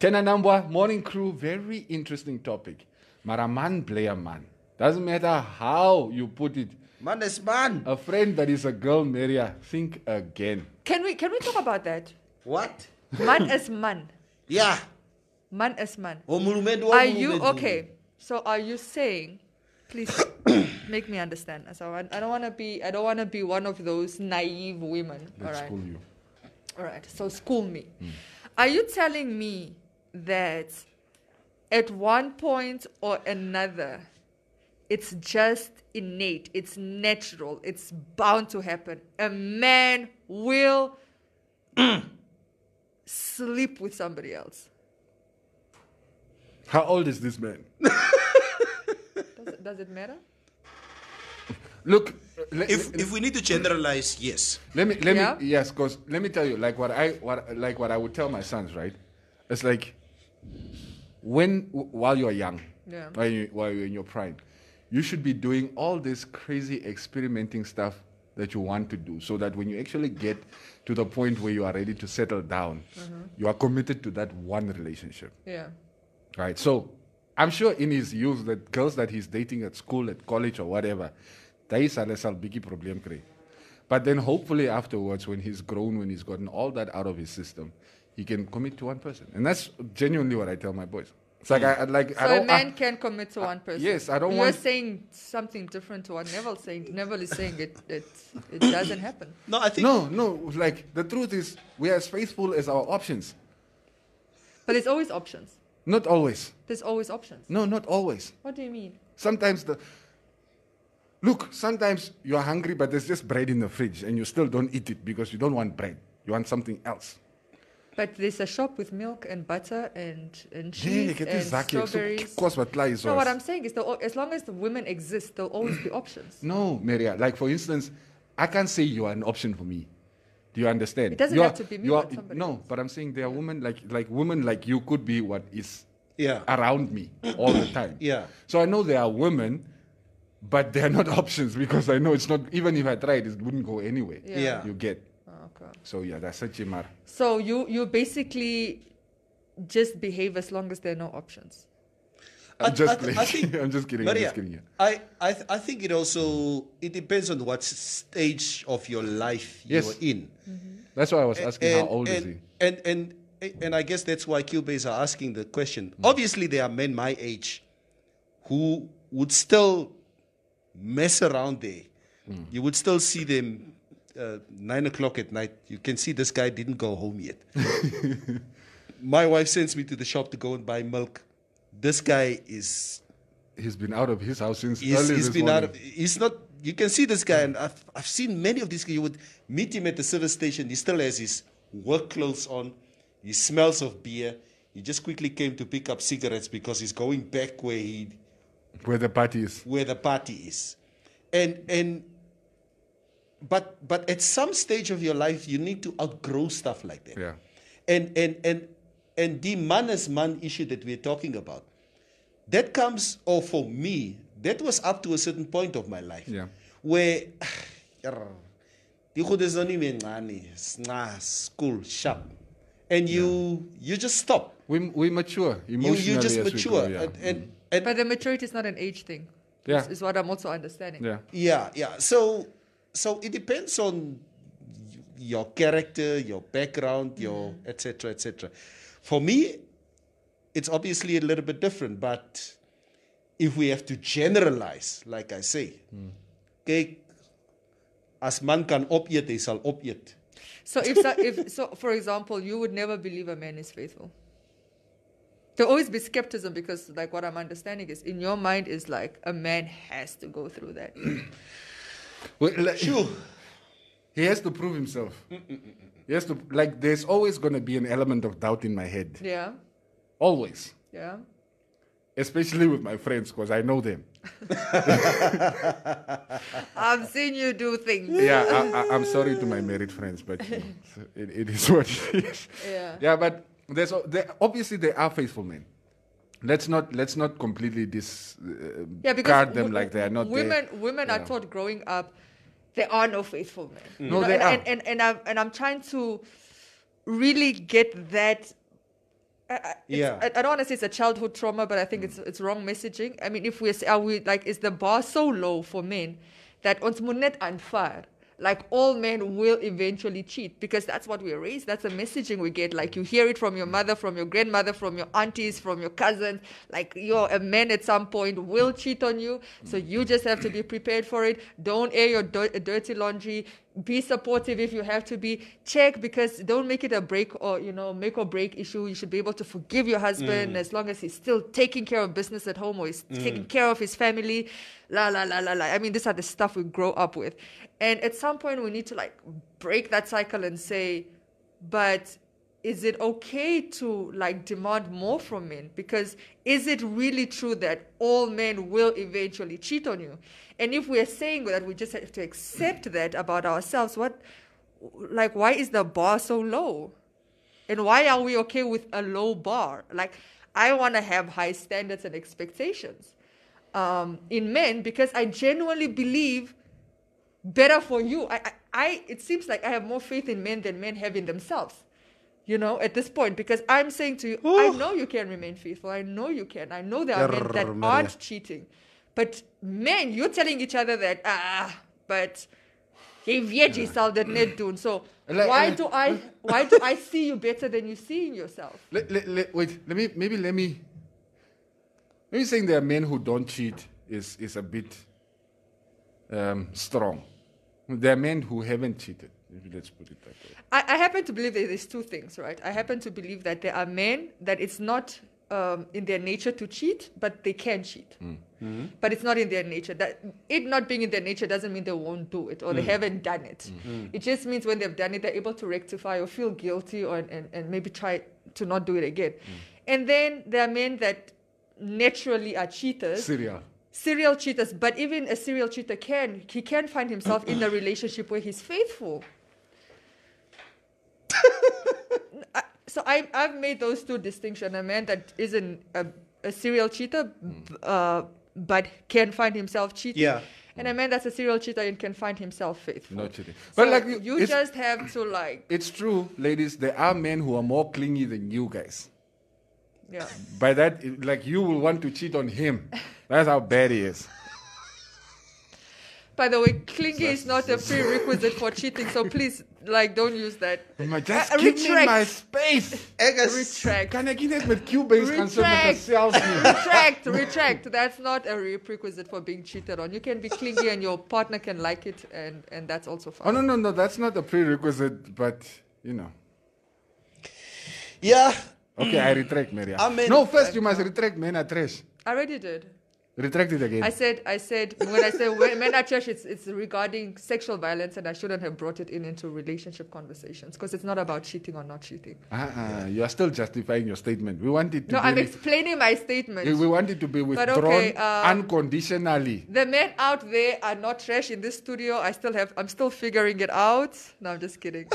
Tena Nambwa, morning crew, very interesting topic. But a man play a man. Doesn't matter how you put it. Man is man. A friend that is a girl, Maria, think again. Can we can we talk about that? What? Man as man. Yeah. Man as man. Homulumedu Are you homulumedu. okay? So are you saying Please make me understand. So I, I don't want to be. I don't want to be one of those naive women. Let's all right. school you. All right. So school me. Are you telling me that at one point or another, it's just innate, it's natural, it's bound to happen? A man will sleep with somebody else. How old is this man? Does it, does it matter? Look, if if we need to generalize, yes. Let me let Yeah? me yes, cause let me tell you, like what I what like what I would tell my sons, right? It's like when while you're young, Yeah. while, you, while you're in your prime, you should be doing all this crazy experimenting stuff that you want to do, so that when you actually get to the point where you are ready to settle down, Mhm. you are committed to that one relationship. Yeah. Right. So I'm sure in his youth, the girls that he's dating at school, at college, or whatever, daai sal sal biggie problem kry. But then hopefully afterwards, when he's grown, when he's gotten all that out of his system, he can commit to one person. And that's genuinely what I tell my boys. It's like, I, I- like I So a don't. I- man can commit to one person. yes, I don't You're want- saying something different to what Neville's saying. Neville is saying it. It, it doesn't happen. no, I think. No, no. Like, the truth is, we are as faithful as our options. But there's always options. Not always. There's always options. No, not always. What do you mean? Sometimes the look, sometimes you're hungry, but there's just bread in the fridge, and you still don't eat it because you don't want bread. You want something else. But there's a shop with milk and butter and and Yeah, cheese get and this zaki. So strawberries. course what lies No, what I'm saying is, there'll al- as long as the women exist, there'll always be options. No, Maria. Like for instance, I can't say you are an option for me. Do you understand? It doesn't You have are- to be me, you are- but somebody no, but I'm saying there are women like like women like you could be what is yeah. around me all the time. Yeah. So I know there are women, but they are not options because I know it's not. Even if I tried, it wouldn't go anywhere. Yeah. Yeah. You get. Okay. So yeah, that's a chimar. So you you basically just behave as long as there are no options. I'm I- just I- playing. I think- I'm just kidding. I'm Maria, just kidding. yeah. I, I, th- I think it also it depends on what s- stage of your life Yes. you're in. That's why I was asking how old and, is he. And and and I guess that's why Cubase are asking the question. Hmm. Obviously, there are men my age who would still mess around there. Hmm. You would still see them uh, nine o'clock at night. You can see this guy didn't go home yet. my wife sends me to the shop to go and buy milk. This guy is He's been out of his house since He's, early he's this been morning. out of, he's not, you can see this guy, and I've, I've seen many of these guys. You would meet him at the service station, he still has his work clothes on, he smells of beer. He just quickly came to pick up cigarettes because he's going back where he Where the party is. where the party is. And and but but at some stage of your life you need to outgrow stuff like that. Yeah. And and and and the man as man issue that we're talking about, that comes or for me, that was up to a certain point of my life. Yeah. Where yarr, die goed is nog nie meer na nie. Is na school sharp. And you you just stop. We, we mature You emotionally. you just as we mature. grow, yeah. Mm. And, and but the maturity is not an age thing. Yeah. Is, is what I'm also understanding. yeah. Yeah, yeah. So, so it depends on y- your character, your background, your etc. etc. For me, it's obviously a little bit different. But if we have to generalize, like I say, kyk, as man kan opeet, hy sal opeet. So if so, if so, for example, you would never believe a man is faithful. There'll always be skepticism because, like, what I'm understanding is in your mind is like a man has to go through that. Well, like- He has to prove himself. He has to like. There's always gonna be an element of doubt in my head. yeah. Always, Yeah. especially with my friends, because I know them. I've seen you do things. yeah, I, I, I'm sorry to my married friends, but you know, it, it is what it is. Yeah. Yeah, but there's o- there, obviously they are faithful men. Let's not let's not completely dis uh, Yeah, because card them wo- like they are not there. women women Yeah. Mm. are taught growing up there are no faithful men. You No, know, they and, are. and and and I'm and I'm trying to really get that. I- I- it's- Yeah. I, I don't want to say it's a childhood trauma, but I think it's it's wrong messaging. I mean, if we are we like, is the bar so low for men that ons moet net aanvaar? like all men will eventually cheat because that's what we're raised. That's the messaging we get. Like you hear it from your mother, from your grandmother, from your aunties, from your cousins. Like you're a man at some point will cheat on you. So you just have to be prepared for it. Don't air your dir- dirty laundry. Be supportive if you have to be. Check because don't make it a break or, you know, make or break issue. You should be able to forgive your husband Mm. as long as he's still taking care of business at home or he's Mm. taking care of his family. La, la, la, la, la. I mean, these are the stuff we grow up with. And at some point, we need to like break that cycle and say, but is it okay to like demand more from men? Because is it really true that all men will eventually cheat on you? And if we're saying that, we just have to accept that about ourselves. What, like, why is the bar so low? And why are we okay with a low bar? Like, I want to have high standards and expectations um, in men because I genuinely believe better for you. I, I, I, it seems like I have more faith in men than men have in themselves. You know, at this point, because I'm saying to you, I know you can remain faithful. I know you can. I know there are men that Grrr, Maria. aren't cheating, but men, you're telling each other that ah, but Jy weet jy sal dit net doen. So Like, why uh, do I why do I see you better than you seeing yourself? Let, let, let, wait, let me maybe let me maybe saying there are men who don't cheat is is a bit um, strong. There are men who haven't cheated. Maybe Let's put it that way. I, I happen to believe that there's two things, right? I happen to believe that there are men that it's not um, in their nature to cheat, but they can cheat. But it's not in their nature. That it not being in their nature doesn't mean they won't do it or they Mm. haven't done it. Mm. It just means when they've done it, they're able to rectify or feel guilty or and, and maybe try to not do it again. And then there are men that naturally are cheaters. Syria. serial cheaters but even a serial cheater can he can find himself in a relationship where he's faithful I- so I, i've made those two distinctions a man that isn't a, a serial cheater b- uh, but can find himself cheating Mm. Yeah. and a man that's a serial cheater and can find himself faithful Not cheating. But but so like you, you- it's- just have to like It's true, ladies. There are men who are more clingy than you guys. yeah By that, it- like you will want to cheat on him. That's how bad he is. by the way clingy is not a prerequisite for cheating so please like don't use that just Uh, give me Oh my retract. space. Retract. Can I get it with Cubase concerned Retract, myself? retract, retract. That's not a re- prerequisite for being cheated on. You can be clingy and your partner can like it, and, and that's also fine. Oh no no no, that's not a prerequisite, but you know. Yeah. Okay, I retract, Maria. I mean- no, first you must retract men are trash. I already did. Retract it again. I said, I said, when I said when- men are trash, it's, it's regarding sexual violence, and I shouldn't have brought it in into relationship conversations because it's not about cheating or not cheating. uh-uh, you are still justifying your statement. We want it to No, be I'm re- explaining my statement. we want it to be But withdrawn okay, uh, unconditionally. The men out there are not trash in this studio. I still have, I'm still figuring it out. No, I'm just kidding.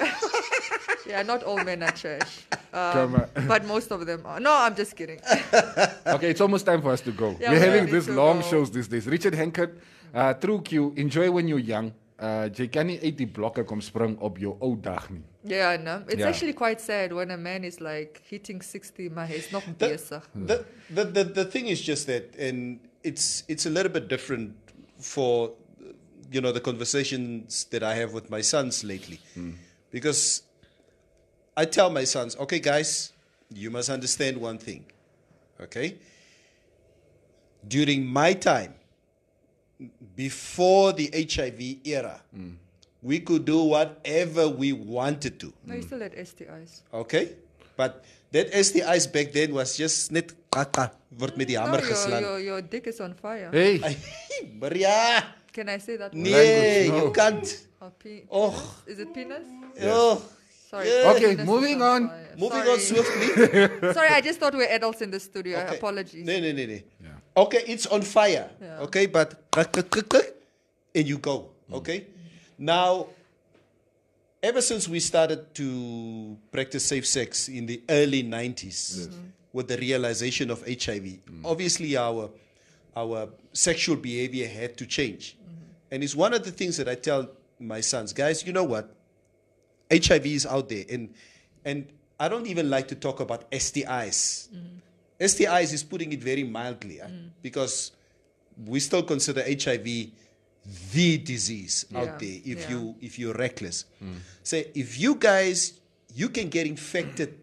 yeah, not all men are trash. Come Um, on. but most of them are. No, I'm just kidding. okay, it's almost time for us to go. Yeah, We're we having need these to long go. shows these days. Richard Henkert, uh, True Q, enjoy when you're young. Uh, jy kan nie uit die blokke kom spring op jou ou dag nie. Yeah, I know. It's Yeah. actually quite sad when a man is like hitting 60, my head's not besig. the, the, the, the thing is just that, and it's it's a little bit different for you know the conversations that I have with my sons lately, because I tell my sons, okay, guys, you must understand one thing, okay. During my time, before the HIV era, we could do whatever we wanted to. No, you still had STIs. Okay? But that STI's back then was just net kaka word met die No, hamer your, geslaan. your, your dick is on fire. Maria. Can I say that? word? Nee, you can't. Or pe- Oh. penis? Is it penis? Yes. Oh. Sorry. Yeah. penis Okay, is moving on. fire. Moving Sorry. on swiftly. Sorry, I just thought we are adults in the studio. uh, Apologies. Nee nee nee nee. Okay, it's on fire. Yeah. Okay, but kak, kak, kak, kak, and you go. Okay? Now ever since we started to practice safe sex in the early 90s with the realization of HIV, obviously our our sexual behavior had to change. Mm-hmm. And it's one of the things that I tell my sons, guys, you know what? HIV is out there and and I don't even like to talk about STIs. Mm. STIs is putting it very mildly eh, because we still consider HIV the disease out Yeah, there if yeah. you if you're reckless. Say if you guys you can get infected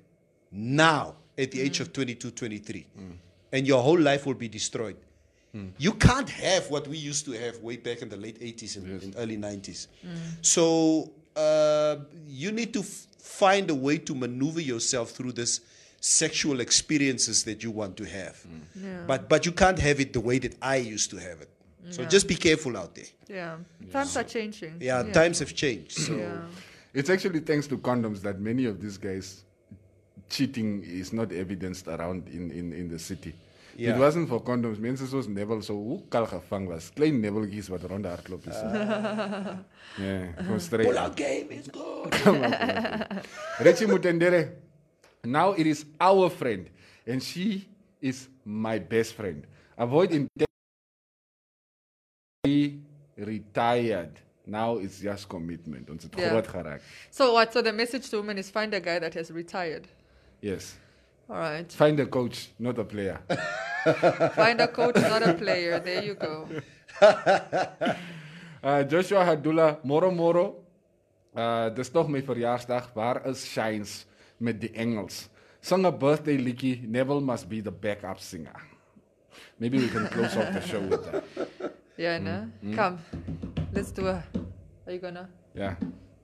now at the Mm. age of 22, 23, and your whole life will be destroyed. Hmm. You can't have what we used to have way back in the late 80s and, and early 90s. Hmm. So uh, you need to f- find a way to maneuver yourself through this sexual experiences that you want to have. Hmm. Yeah. But but you can't have it the way that I used to have it. So Yeah. just be careful out there. Yeah. Times are changing. Yeah, times have changed. So Yeah. It's actually thanks to condoms that many of these guys cheating is not evidenced around in, in, in the city. Yeah. It wasn't for condoms. Mensen zoals Neville, zo hoe kal gevang was. Klein Neville kies wat rond de hardloop is. Ja, gewoon straight. pull out game is good. Reggie Mutendere. Now it is our friend, and she is my best friend. Avoid intense retired. Now it's just commitment. Ons het Yeah. groot geraakt. So what? So the message to women is find a guy that has retired. Yes. All right. Find a coach, not a player. Find a coach, not a player. There you go. Uh, Joshua Hadula, moro moro. Uh, dis nog my verjaarsdag. Waar is Shines met die Engels? Sing a birthday liedjie. Neville must be the backup singer. Maybe we can close off the show with that. Yeah, no? mm. Come. Let's do a. Are you gonna? Yeah.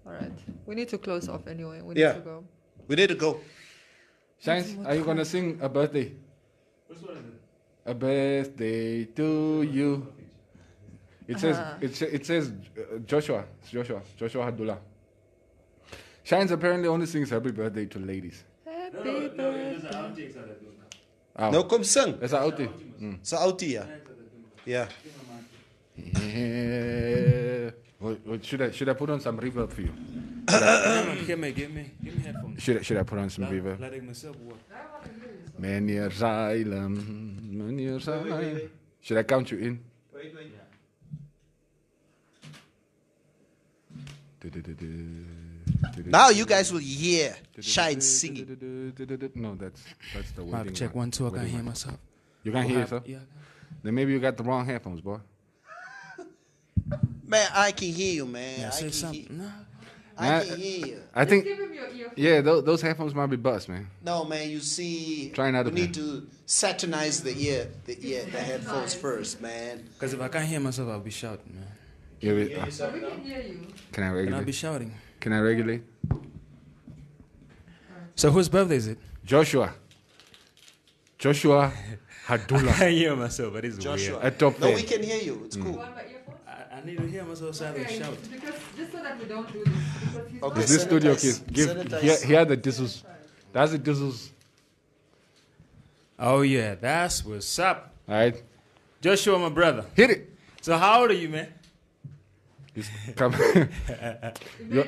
All right. We need to close off anyway. We need Yeah. to go. We need to go. Shines, are you gonna sing a birthday? A birthday to you. It says Ah. it, sa- it says uh, Joshua. It's Joshua. Joshua Hadula. Shines apparently only sings happy birthday to ladies. Happy Oh. Nou kom sing. Dis 'n outie. Mm. Dis 'n outie ja. Ja. Yeah. What, what, should I should I put on some reverb for you? give me, give me, give me headphones. Should I- should I put on some Laat- reverb? Laat ik mezelf horen. Meneer Zylem, meneer Zylem. Should I count you in? Now you guys will hear Shine singing. No, that's that's the Mic waiting check one. one two. I can Waiting hear one. myself. You can What hear hap- yourself. yeah. Then maybe you got the wrong headphones, boy. Man, I can hear you, man. Yeah, I say can something. Hear. I can hear you. I think. yeah, those, those headphones might be bust, man. No, man, you see, Try not we to need to satanize the ear, the ear, the headphones first, man. Because if I can't hear myself, I'll be shouting, man. Yeah, we- uh, We can hear you. can I regulate? I'll be shouting. Can I regulate? So whose birthday is it? Joshua. Joshua Hadula. I can't hear myself, but it's Joshua. weird. At top No, there. we can hear you. It's Mm. cool. I, I need to hear myself so I can shout. Because just so that we don't do this. Because he's Okay. Is this studio sanitize- kids? Give here, sanitize. here the dizzles. That's the dizzles. Oh yeah, that's what's up. All right. Joshua, my brother. Hit it. So how old are you, man? It's- Come. you're,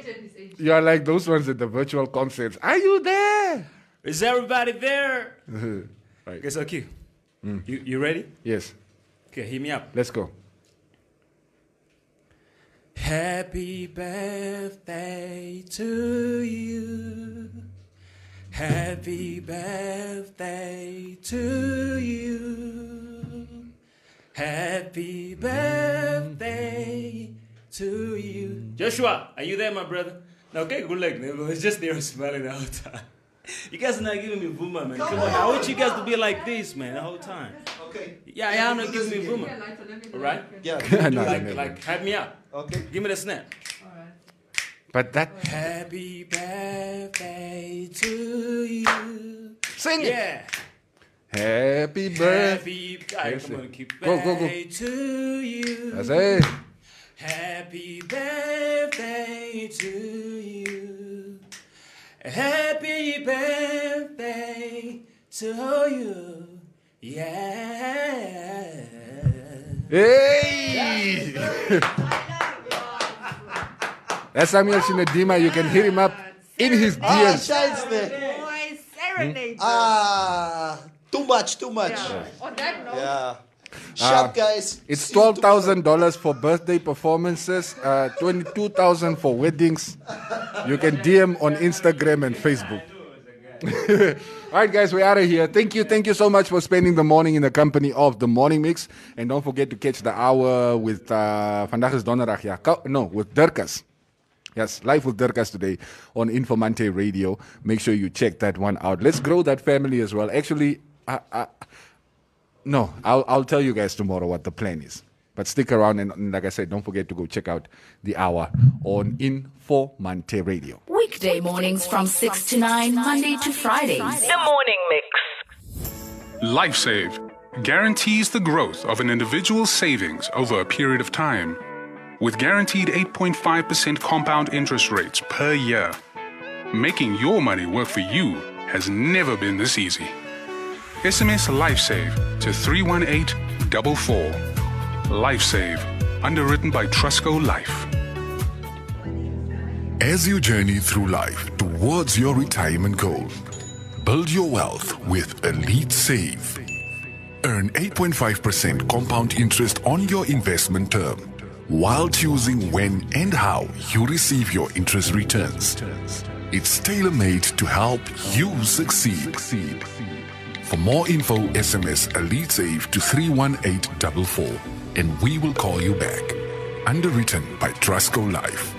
you're like those ones at the virtual concerts. Are you there? Is everybody there? right. Mm. Okay, so Q, you you ready? Yes. Okay, hit me up. Let's go. Happy birthday to you. Happy birthday to you. Happy birthday to you. Joshua, are you there, my brother? No, Okay, good luck. neighbor. It's just there smiling the whole time. You guys are not giving me Vuma, man. Come on, I want you guys to be like this, man, the whole time. Okay. Yeah, yeah, I'm not giving me Vuma. All right? Yeah. No, no, like, no, no. like, have me up. Okay. Give me the snap. But that. Happy birthday to you. Sing it. Yeah. Happy birthday. Happy birthday. Yes, Come sir. on, keep Go, go, go. birthday to you. That's it. Happy birthday to you. Happy birthday to you. Yeah. Hey! That's Samuel Shinadima. You can hit him up in his Ah, DMs. Shine's there. Boy, serenade. Ah, too much, too much. Yeah. On that note, Yeah. Ah, Shut, guys. It's See you twelve thousand dollars for birthday performances, uh, twenty-two thousand for weddings. You can DM on Instagram and Facebook. All right, guys, we're out of here. Thank you. Thank you so much for spending the morning in the company of The Morning Mix. And don't forget to catch the hour with uh, Vandaag is Donderdag. Yeah. Ko- No, with Durkas. Yes, live with Durkas today on Informante Radio. Make sure you check that one out. Let's grow that family as well. Actually, I, I, no, I'll, I'll tell you guys tomorrow what the plan is. But stick around. And, and like I said, don't forget to go check out the hour on Informante Radio. Weekday mornings from 6 to 9, Monday to Fridays. The morning mix. LifeSave guarantees the growth of an individual's savings over a period of time with guaranteed 8.5% compound interest rates per year. Making your money work for you has never been this easy. SMS LifeSave to 31844. LifeSave, underwritten by Trusco Life. As you journey through life towards your retirement goal, build your wealth with Elite Save. Earn 8.5% compound interest on your investment term while choosing when and how you receive your interest returns. It's tailor made to help you succeed. For more info, SMS Elite Save to 31844 and we will call you back. Underwritten by Trusco Life.